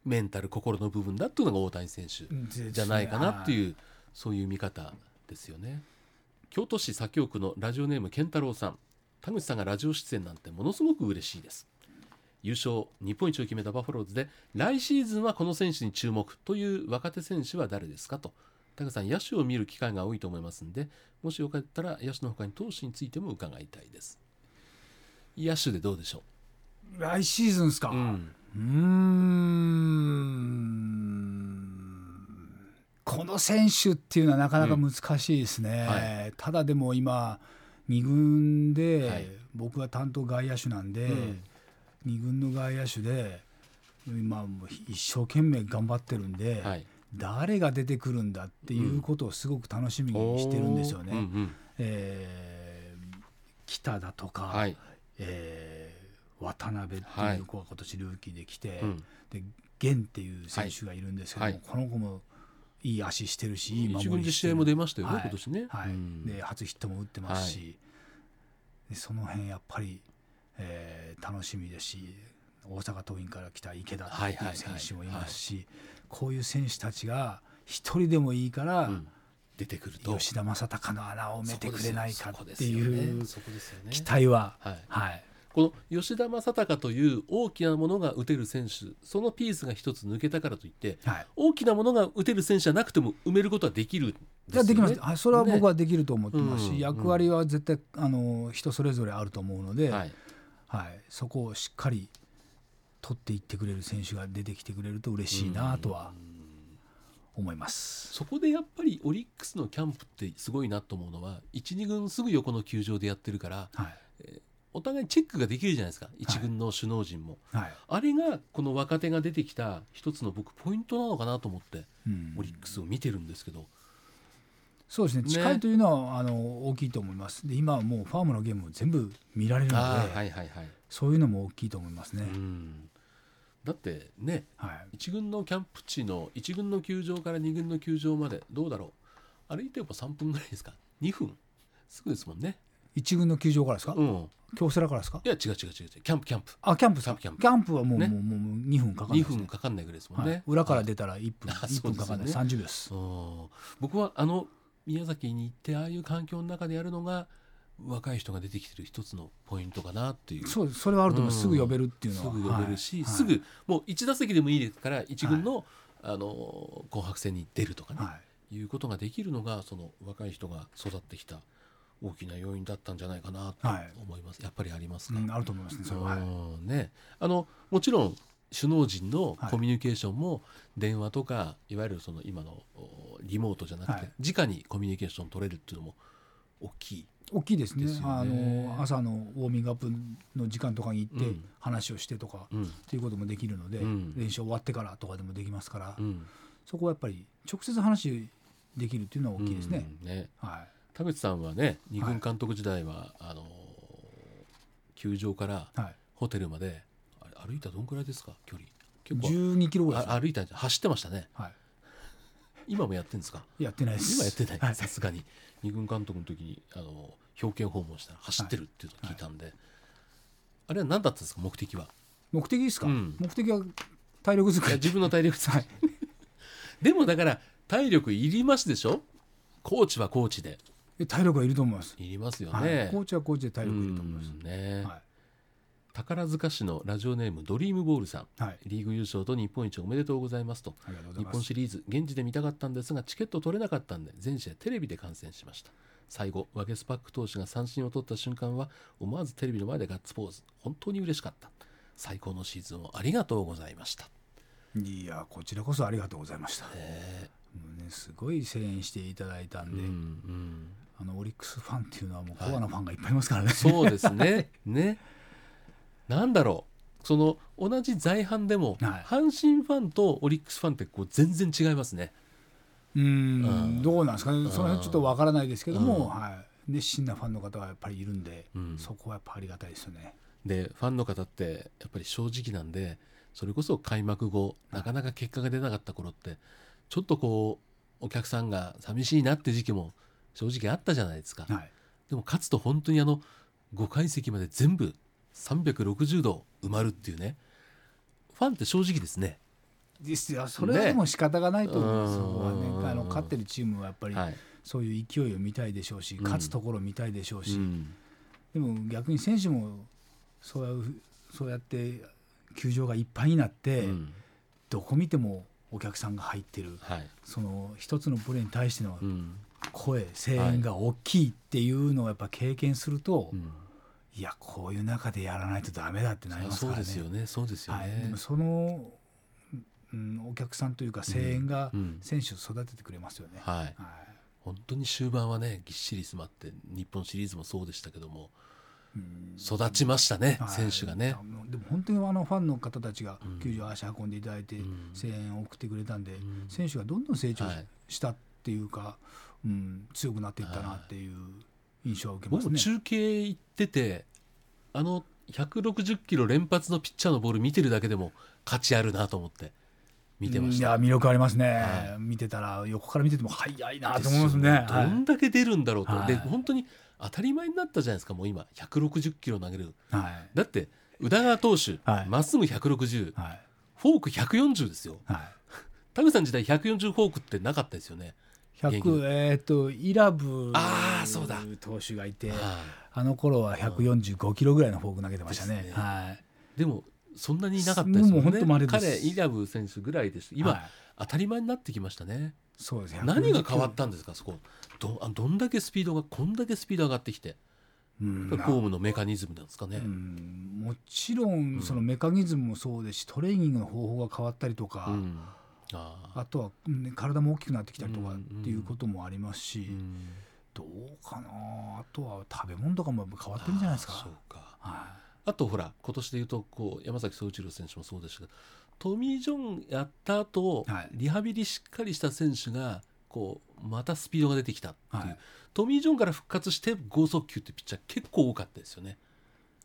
S2: メンタル心の部分だっていうのが大谷選手
S1: い。ですね
S2: じゃないかなって
S1: は
S2: いうそういう見方ですよね京都市左京区のラジオネーム健太郎さん田口さんがラジオ出演なんてものすごく嬉しいです優勝日本一を決めたバファローズで来シーズンはこの選手に注目という若手選手は誰ですかと田口さん野手を見る機会が多いと思いますんでもしよかったら野手の他に投手についても伺いたいです野手でどうでしょ
S1: い来シーズンですか。
S2: う、うん、
S1: うーんこの選手っていうのはなかなか難しいですね、
S2: うんは
S1: ただでも今2軍で、
S2: はい
S1: 僕は担当外野手なんで、
S2: うん
S1: 二2軍の外野手で今もう一生懸命頑張ってるんで、
S2: はい
S1: 誰が出てくるんだっていうことをすごく楽しみにしてるんですよね。
S2: うんうん
S1: えー北だとか、
S2: はい、
S1: えー渡辺って
S2: はいいう
S1: 子が今年ルーキーで来て、
S2: うん
S1: で源っていう選手がいるんですけども、
S2: はい
S1: この子もいい足してるしいい
S2: 一
S1: 守
S2: 軍
S1: り
S2: で
S1: して
S2: 試
S1: る
S2: 合も出ましたよね、
S1: はい
S2: 今年ね、
S1: はい
S2: うん
S1: で初ヒットも打ってますし、でその辺やっぱり、えー楽しみですし大阪桐蔭から来た池田って
S2: はいいはいは
S1: う
S2: い
S1: 選手もいますし、こういう選手たちが一人でもいいから、
S2: うん出てくると
S1: 吉田正尚の穴を埋めてくれないかっていう
S2: そこですよね
S1: 期
S2: そこですよね
S1: 待は、
S2: はい、
S1: はい、
S2: この吉田正尚という大きなものが打てる選手そのピースが一つ抜けたからといって
S1: はい
S2: 大きなものが打てる選手じゃなくても埋めることはできるん
S1: いや
S2: よね
S1: できます、はい、それは僕
S2: ね
S1: はできると思ってますし、
S2: うんうん
S1: 役割は絶対あの人それぞれあると思うので、
S2: は
S1: はい
S2: い、
S1: そこをしっかり取っていってくれる選手が出てきてくれると嬉しいなとは思います。
S2: そこでやっぱりオリックスのキャンプってすごいなと思うのは12軍すぐ横の球場でやってるから
S1: はい
S2: お互いチェックができるじゃないですか1軍の首脳陣も、
S1: はい
S2: あれがこの若手が出てきた一つの僕ポイントなのかなと思って
S1: うん
S2: オリックスを見てるんですけど、
S1: そうですね
S2: ね
S1: 近いというのはあの大きいと思いますで今はもうファームのゲームを全部見られるので、
S2: ああはいはいはい、
S1: そういうのも大きいと思いますね。
S2: うんだってね
S1: はい
S2: 1軍のキャンプ地の1軍の球場から2軍の球場までどうだろう歩いても3分ぐらいですか2分すぐですもんね
S1: 一軍の球場からですか、
S2: うん
S1: 京セラからですか
S2: いや違う違う違う違うキャンプキャンプ
S1: あキャンプですか
S2: キャンプ
S1: キャンプはもう,、
S2: ね
S1: もうもうもう2分かかんない
S2: 2
S1: ですね
S2: 分かかんないぐらいですもん
S1: はい
S2: ね、
S1: 裏から
S2: はい
S1: 出たら1分
S2: あ
S1: 1分かかんない、
S2: そ
S1: 30秒です
S2: そう僕はあの宮崎に行ってああいう環境の中でやるのが若い人が出てきてる一つのポイントかなっていう
S1: そうそれはあると思います、
S2: うん
S1: すぐ呼べるっていうの
S2: す
S1: は
S2: ぐ呼べる
S1: は
S2: し、
S1: い
S2: すぐもう1打席でもいいですから1軍の,、あの紅白戦に出るとかね、
S1: はいはい
S2: い、うことができるのがその若い人が育ってきた大きな要因だったんじゃないかなと
S1: はい
S2: 思います、やっぱりあります
S1: う
S2: か、
S1: んあると思いますねそれは、はい
S2: うんね、あのもちろん首脳陣のコミュニケーションも電話とか、い、わゆるその今のおリモートじゃなくて、
S1: はい
S2: 直にコミュニケーション取れるっていうのも大きい。
S1: 大きいですね
S2: ですよね
S1: あの朝のウォーミングアップの時間とかに行って、
S2: うん
S1: 話をしてとか、
S2: うん
S1: っていうこともできるので、
S2: うん
S1: 練習終わってからとかでもできますから、
S2: うん
S1: そこはやっぱり直接話できるっていうのは大きいですね、
S2: うんね
S1: はい
S2: 田口さんはね二
S1: は
S2: 軍
S1: い
S2: 監督時代は、あのー球場から
S1: はい
S2: ホテルまであれ歩いたらどんくらいですか距離結構
S1: 12キロぐらいです、
S2: あ歩いたんじゃ走ってましたね
S1: は
S2: 今もやってんですか
S1: い、やってないです
S2: 今やって
S1: は
S2: ないさすがに二軍監督の時にあの表敬訪問したら走ってるっていうのを聞いたんで、あれは何だったんですか目 的は
S1: 目的ですか、
S2: うん
S1: 目的は体力
S2: い
S1: 作
S2: や
S1: り
S2: 自分の体力使いでもだから体力いりますでしょコーチはコーチで
S1: え体力はいると思います、
S2: いりますよ
S1: はい
S2: ね、
S1: コーチはコーチで体力いると思います
S2: うんね、
S1: は
S2: 宝塚市のラジオネームドリームボールさん
S1: い、はい、
S2: リーグ優勝と日本一おめでとうございますと
S1: ありがとうござい
S2: 日
S1: ます
S2: 本シリーズ現地で見たかったんですがチケット取れなかったんで全試合テレビで観戦しました最後ワゲスパック投手が三振を取った瞬間は思わずテレビの前でガッツポーズ本当に嬉しかった最高のシーズンをありがとうございました
S1: いやこちらこそありがとうございました。もうねすごい声援していただいたんで、
S2: うん
S1: あのオリックスファンっていうのはもうコアなファンがいっぱいいますからね、
S2: そうですね。 ね。なんだろう。その同じ在阪でも、
S1: はい
S2: 阪神ファンとオリックスファンってこう全然違いますね。
S1: うーん
S2: うん
S1: どうなんですかねその辺ちょっとわからないですけど
S2: うん
S1: も、はい、熱心なファンの方はやっぱりいるんで、
S2: うん
S1: そこはやっぱありがたいですよね。
S2: でファンの方ってやっぱり正直なんでそれこそ開幕後なかなか結果が出なかった頃ってちょっとこうお客さんが寂しいなって時期も正直あったじゃないですか。
S1: はい、
S2: でも勝つと本当にあの5階席まで全部360度埋まるっていうねファンって正直ですね。
S1: 実はそれはでも仕方がないと思います、
S2: ね
S1: そこは
S2: うん
S1: ねあの勝ってるチームはやっぱり
S2: はい
S1: そういう勢いを見たいでしょうし、
S2: うん
S1: 勝つところを見たいでしょう
S2: う
S1: し、
S2: ん
S1: でも逆に選手もそうやそうやって球場がいっぱいになって、
S2: うん
S1: どこ見てもお客さんが入ってる
S2: はい
S1: その一つのプレーに対しての
S2: うん
S1: 声、声援が大きいっていうのをやっぱ経験すると、
S2: うん
S1: いやこういう中でやらないとダメだってなります
S2: そ
S1: か
S2: う
S1: らね。
S2: ですよねそうですよ
S1: はい、で
S2: ね
S1: も。その、うん、お客さんというか声援が
S2: うん
S1: 選手を育ててくれますよね。
S2: はい
S1: はい
S2: 本当に終盤はねぎっしり詰まって日本シリーズもそうでしたけども
S1: うん
S2: 育ちましたね、
S1: はい
S2: 選手がね
S1: あ。のでも本当にあのファンの方たちが
S2: うん
S1: 球場足運んでいただいて
S2: うん
S1: 声援を送ってくれたんで、
S2: ん
S1: 選手がどんどん成長
S2: はい
S1: したっていうか、うん、強くなっていったなっていう印象は受けま
S2: 僕
S1: す
S2: も
S1: ね。
S2: 中継行っててあの160キロ連発のピッチャーのボール見てるだけでも価値あるなと思って見てまし
S1: いや
S2: た。
S1: 魅力ありますね、
S2: は
S1: 見てたら横から見てても速いな
S2: で
S1: と
S2: す
S1: 思い
S2: よ
S1: ますね。
S2: ど
S1: はい
S2: んだけ出るんだろうと、
S1: はい
S2: で本当に当たり前になったじゃないですかもう今160キロ投げる
S1: はい
S2: だって宇田川投手ま、
S1: はい
S2: っすぐ160
S1: はい
S2: フォーク140ですよ
S1: はい
S2: 田口さん時代140フォークってなかったですよね。元気
S1: 100えっ、とイラブ
S2: あーそうだ
S1: 投手がいてあ
S2: はい
S1: の頃は145キロぐらいのフォーク投げてました
S2: で
S1: ね
S2: すね
S1: はい
S2: でもそんなにいなかったです
S1: も
S2: も
S1: うん本
S2: ね
S1: 当。稀です
S2: 彼イラブ選手ぐらいです。今、
S1: はい
S2: 当たり前になってきましたね。
S1: そうです
S2: 何が変わった
S1: ん
S2: んですかそこ。どあどんだけスピードがこんだけスピード上がってきて、
S1: うん
S2: フォームのメカニズムなんですかね。
S1: うんもちろんそのメカニズムもそうですしトレーニングの方法が変わったりとか、
S2: うんああ
S1: あとは、ね体も大きくなってきたりとか
S2: う
S1: っ
S2: ん
S1: ていうこともありますし、
S2: うん
S1: どうかなあとは食べ物とかも変わってるんじゃないですか
S2: ああそうか。
S1: は
S2: あとほら今年で言うとこう山崎総一郎選手もそうですけど、トミー・ジョンやった後、
S1: はい
S2: リハビリしっかりした選手がこうまたスピードが出てきたっていう。
S1: はい
S2: トミー・ジョンから復活して剛速球ってピッチャー結構多かったですよね。
S1: い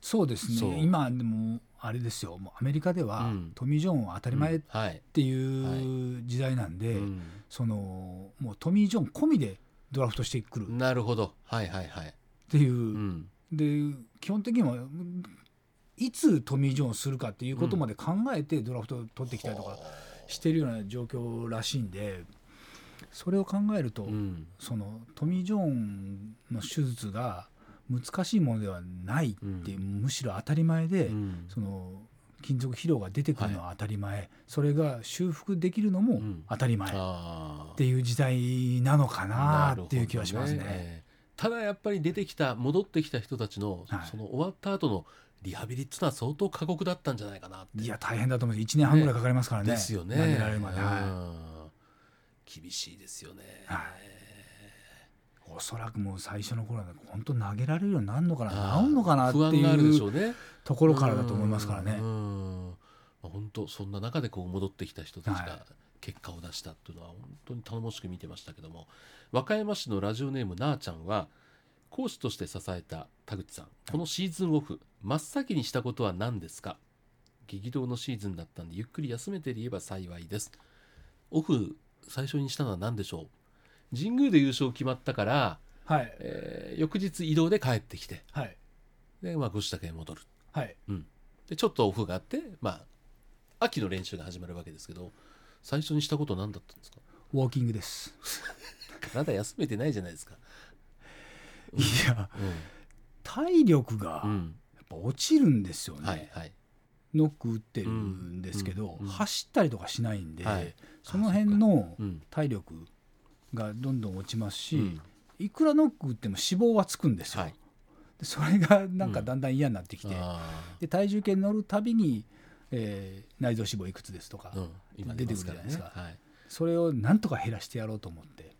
S1: そうです
S2: そう
S1: ね今でもあれですよもうアメリカでは、
S2: うん
S1: トミー・ジョンは当たり前
S2: うんはい
S1: っていう時代なんで、
S2: うん
S1: そのもうトミー・ジョン込みでドラフトしてくるっ
S2: なるほどはいはいはい、
S1: ていう、
S2: うん
S1: で基本的にはうんいつトミー・ジョンをするかっていうことまで考えてドラフトを取ってきたりとかしてるような状況らしいんでそれを考えると、
S2: うん
S1: そのトミー・ジョンの手術が難しいものではないって、
S2: う
S1: むしろ当たり前で。
S2: うん
S1: その金属疲労が出てくるのは当たり前、それが修復できるのも当たり前、
S2: あ
S1: っていう時代なのかなっていう気はしますね。
S2: ただやっぱり出てきた戻ってきた人たちの、
S1: はい
S2: その終わった後のリハビリっていうのは相当過酷だったんじゃないかなって
S1: いや大変だと思います。一年半ぐらいかかりますからね。
S2: ですよね
S1: 投げられるまで。
S2: う
S1: は
S2: ん厳しいですよね、
S1: ははいおそらくもう最初の頃はね本当投げられるようになるのかな、治るのかなって
S2: 不安があるで
S1: い
S2: しょ
S1: う
S2: うね
S1: ところからだと思いますからね
S2: うん。うんまあ本当そんな中でこう戻ってきた人たち
S1: はい
S2: が結果を出したっていうのは本当に頼もしく見てましたけども、和歌山市のラジオネームなあちゃんは講師として支えた田口さんこのシーズンオフ真っ先にしたことは何ですか激動のシーズンだったんでゆっくり休めていれば幸いですオフ最初にしたのは何でしょう神宮で優勝決まったから、
S1: はい
S2: えー翌日移動で帰ってきて
S1: はい
S2: で、まあ、ご自宅へ戻る
S1: はい。
S2: でちょっとオフがあって、まあ、秋の練習が始まるわけですけど最初にしたこと何だったんですか
S1: ウォーキングです。
S2: 体休めてないじゃないですか。
S1: いや
S2: う
S1: 体力が
S2: ん、う
S1: や
S2: ん
S1: っぱ落ちるんですよね。
S2: はいはい。
S1: ノック打ってるんですけど、
S2: うんうん
S1: 走ったりとかしないんで、
S2: はい
S1: その辺の
S2: うん。
S1: 体力がどんどん落ちますし、
S2: うん
S1: いくらノック打っても脂肪はつくんですよ、
S2: はい。
S1: でそれがなんかだんだん嫌になってきて、
S2: あ
S1: で体重計に乗るたびに、えー内臓脂肪いくつですとか、
S2: ーうん。今出てますから
S1: 出てくるじ
S2: ね
S1: ゃないです。か
S2: はい。
S1: それをなんとか減らしてやろうと思って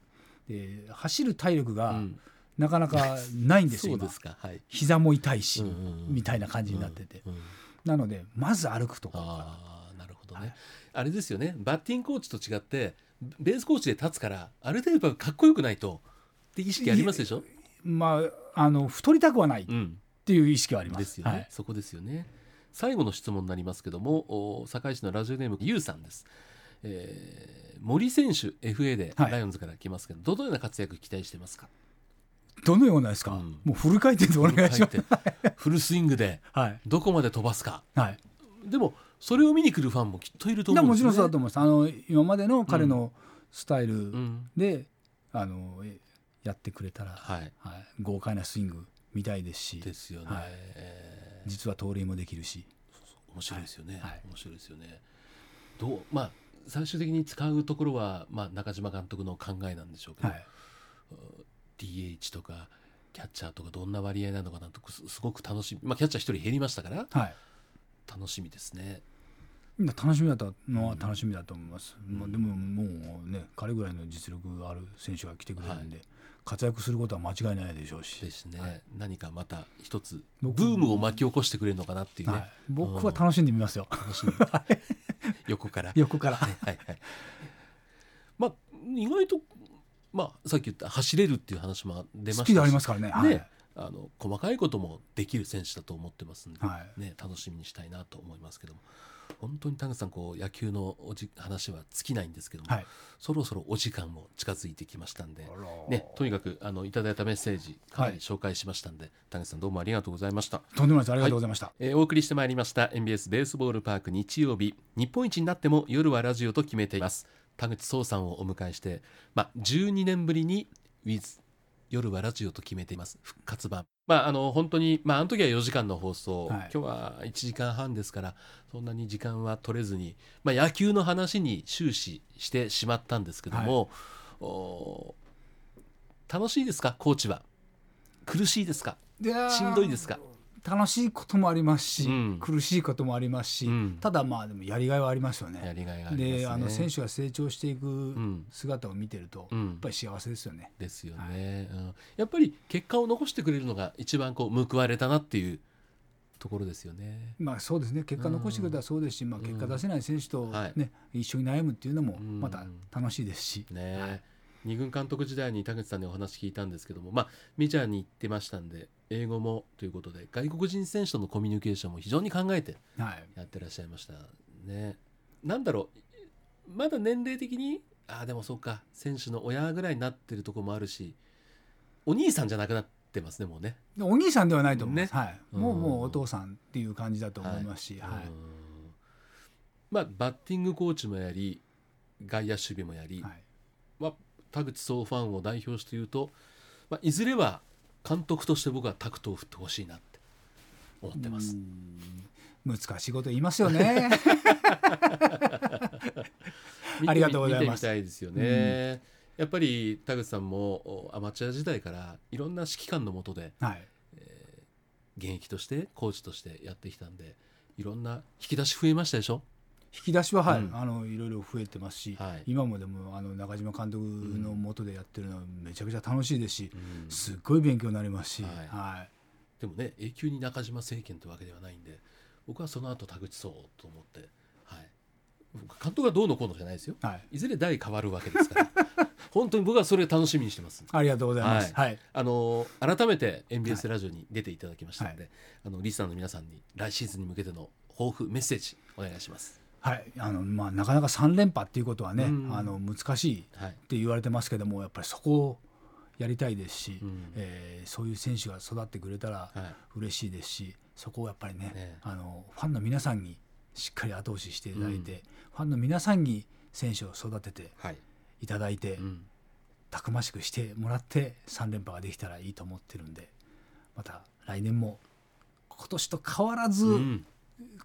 S1: で走る体力
S2: う
S1: が
S2: ん
S1: なかなかないんです
S2: そ
S1: よ
S2: うで
S1: 今
S2: すかはい
S1: 膝も痛いし、
S2: うんうんうん
S1: みたいな感じになってて、
S2: うんうん
S1: なのでまず歩くとこ
S2: ああなるほどね、あれですよねバッティングコーチと違ってベースコーチで立つからある程度やっぱかっこよくないとって意識ありますでしょ、
S1: まああの太りたくはないっ
S2: うん、
S1: ていう意識はあります。
S2: ですよね、
S1: はい
S2: そこですよね最後の質問になりますけどもお堺市のラジオネームゆうさんです、えー森選手 FA で
S1: はい
S2: ライオンズから来ますけど、どのような活躍期待してますか
S1: どのようなですか、
S2: うん
S1: もうフル回転でお願いします。
S2: 入ってフルスイングで
S1: はい、
S2: どこまで飛ばすか
S1: はい、
S2: でもそれを見に来るファンもきっといると
S1: で
S2: 思うん
S1: も
S2: です
S1: ちろん
S2: よね
S1: そうだと思います。あの今までの彼のスタイル
S2: うん
S1: で、あのえやってくれたら、
S2: はい
S1: はい、豪快なスイングみたいですし、
S2: ですよね、
S1: はい
S2: えー
S1: 実は盗塁もできるし、
S2: 面白いですよね、
S1: はいはい
S2: 面白いですよねどうまあ最終的に使うところは、まあ、中島監督の考えなんでしょうけど、
S1: はい
S2: DH とかキャッチャーとかどんな割合なのかなとすすごく楽しみ、まあ、キャッチャー1人減りましたから
S1: はい、
S2: 楽しみですね
S1: 楽しみだったのは楽しみだと思います。まあ、でももうね彼ぐらいの実力がある選手が来てくれるんで、活躍することは間違いないでしょうし、
S2: ですね、
S1: はい
S2: 何かまた一つブ
S1: 僕
S2: ームを巻き起こしてくれるのかなっていうね、
S1: はい、僕は楽しんでみますよ、
S2: 楽しみ 横から
S1: 横 から。
S2: はいはいまあ意外とまあさっき言った走れるっていう話も出ました
S1: 好きでありますからね。はい
S2: ね、あの細かいこともできる選手だと思ってますんで、
S1: はい
S2: ね、楽しみにしたいなと思いますけども本当に田口さんこう野球のおじ話は尽きないんですけども、
S1: はい
S2: そろそろお時間も近づいてきましたんで、
S1: あら
S2: ね、とにかくあのいただいたメッセージかなり
S1: はい
S2: 紹介しましたんで、田口さんどうもありがとうございました。
S1: とんでもないです。ありがとうございました。
S2: えーお送りしてまいりました NBS ベースボールパーク日曜日日本一になっても夜はラジオと決めています田口壮さんをお迎えして、まあ、12年ぶりに With 夜はラジオと決めています復活版まああの本当にまああの時は4時間の放送、
S1: はい
S2: 今日は1時間半ですからそんなに時間は取れずに、まあ、野球の話に終始してしまったんですけども、おー楽しいですかコーチは苦しいですか
S1: やー
S2: しんどいですか
S1: 楽しいこともありますし、
S2: うん
S1: 苦しいこともありますし、
S2: うん
S1: ただまあでもやりがいはありますよ
S2: や
S1: ね。
S2: りがいがありますね。
S1: で、あの選手が成長していく
S2: ん
S1: 姿を見てると、
S2: うん
S1: やっぱり幸せですよね。
S2: ですよね、うん、やっぱり結果を残してくれるのが一番こう報われたなっていうところですよね。
S1: まあそうですね。結果残してくれたらそうですし、まあ結果出せない選手と
S2: はい
S1: ね、一緒に悩むっていうのも
S2: うん
S1: また楽しいですし、
S2: ね、
S1: はい
S2: 二軍監督時代に田口さんにお話聞いたんですけども、まあ、メジャーに行ってましたんで英語もということで外国人選手とのコミュニケーションも非常に考えて
S1: はい。
S2: やってらっしゃいましたね。なんだろうまだ年齢的にああでもそうか選手の親ぐらいになってるところもあるしお兄さんじゃなくなってますねもうね。
S1: でお兄さんではないと思います。
S2: ね
S1: はい。もう
S2: うん
S1: もうお父さんっていう感じだと思いますし、はい。
S2: うんまあ、バッティングコーチもやり外野守備もやり、
S1: はい
S2: まあ、田口総ファンを代表して言うと、まあ、いずれは監督として僕はタクトを振ってほしいなって思ってます。
S1: うーん難しいこと言いますよ ね。
S2: 見てみ
S1: ありがとうございます
S2: 見てみたいですよね。やっぱり田口さんもおアマチュア時代からいろんな指揮官の下で
S1: はい。
S2: 現役としてコーチとしてやってきたんでいろんな引き出し増えましたでしょ
S1: 引き出しは、はい
S2: うん
S1: あのいろいろ増えてますし、
S2: はい
S1: 今もでもあの中島監督のもとでやってるのはめちゃくちゃ楽しいですし、
S2: うん
S1: すっごい勉強になりますし、
S2: は
S1: はいい
S2: でもね永久に中島政権というわけではないんで僕はその後田口そうと思って、はい、僕監督がどうのこうのじゃないですよ
S1: はい
S2: いずれ代変わるわけですから 本当に僕はそれ楽しみにしてます。
S1: ありがとうございます。
S2: は
S1: はいい、
S2: あの改めて NBS ラジオに出ていただきましたので、
S1: は
S2: あのリスナーの皆さんに来シーズンに向けての抱負メッセージお願いします。
S1: はいあのまあ、なかなか3連覇っていうことはね、
S2: うん
S1: あの難しいっ
S2: はい、
S1: て言われてますけどもやっぱりそこをやりたいですし、
S2: うん
S1: えーそういう選手が育ってくれたら
S2: は
S1: 嬉しいですしそこをやっぱりね
S2: ね
S1: あのファンの皆さんにしっかり後押ししていただいて、ファンの皆さんに選手を育てて
S2: はい
S1: いただいて、
S2: うん、
S1: たくましくしてもらって3連覇ができたらいいと思ってるんでまた来年も今年と変わらず、
S2: うん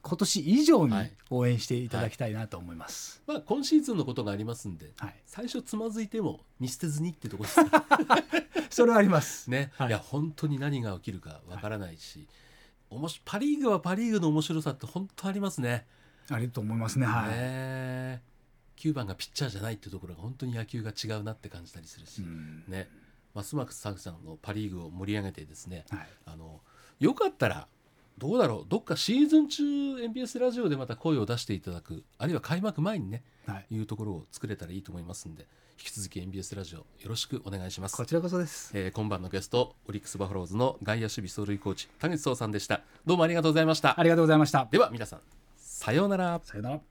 S1: 今年以上に
S2: はい
S1: 応援していただきたいなと思います。
S2: まあ、今シーズンのことがありますんで
S1: はい
S2: 最初つまずいても見捨てずにってとこですね
S1: それはあります。
S2: ね、
S1: はい
S2: い、や本当に何が起きるかわからないし、おもしパ・リーグはパ・リーグの面白さって本当ありますね。
S1: ありと思いますね。はい。
S2: ね9番がピッチャーじゃないっていうところが本当に野球が違うなって感じたりするし、
S1: うん
S2: ね、ますますサクさんのパ・リーグを盛り上げてですね、
S1: はい
S2: あのよかったらどうだろうどっかシーズン中 NBS ラジオでまた声を出していただくあるいは開幕前にね
S1: はい、
S2: いうところを作れたらいいと思いますんで引き続き NBS ラジオよろしくお願いします
S1: こちらこそです。
S2: えー今晩のゲストオリックスバファローズの外野守備走塁コーチ田口壮さんでしたどうもありがとうございました
S1: ありがとうございました。
S2: では皆さんさようなら
S1: さよなら。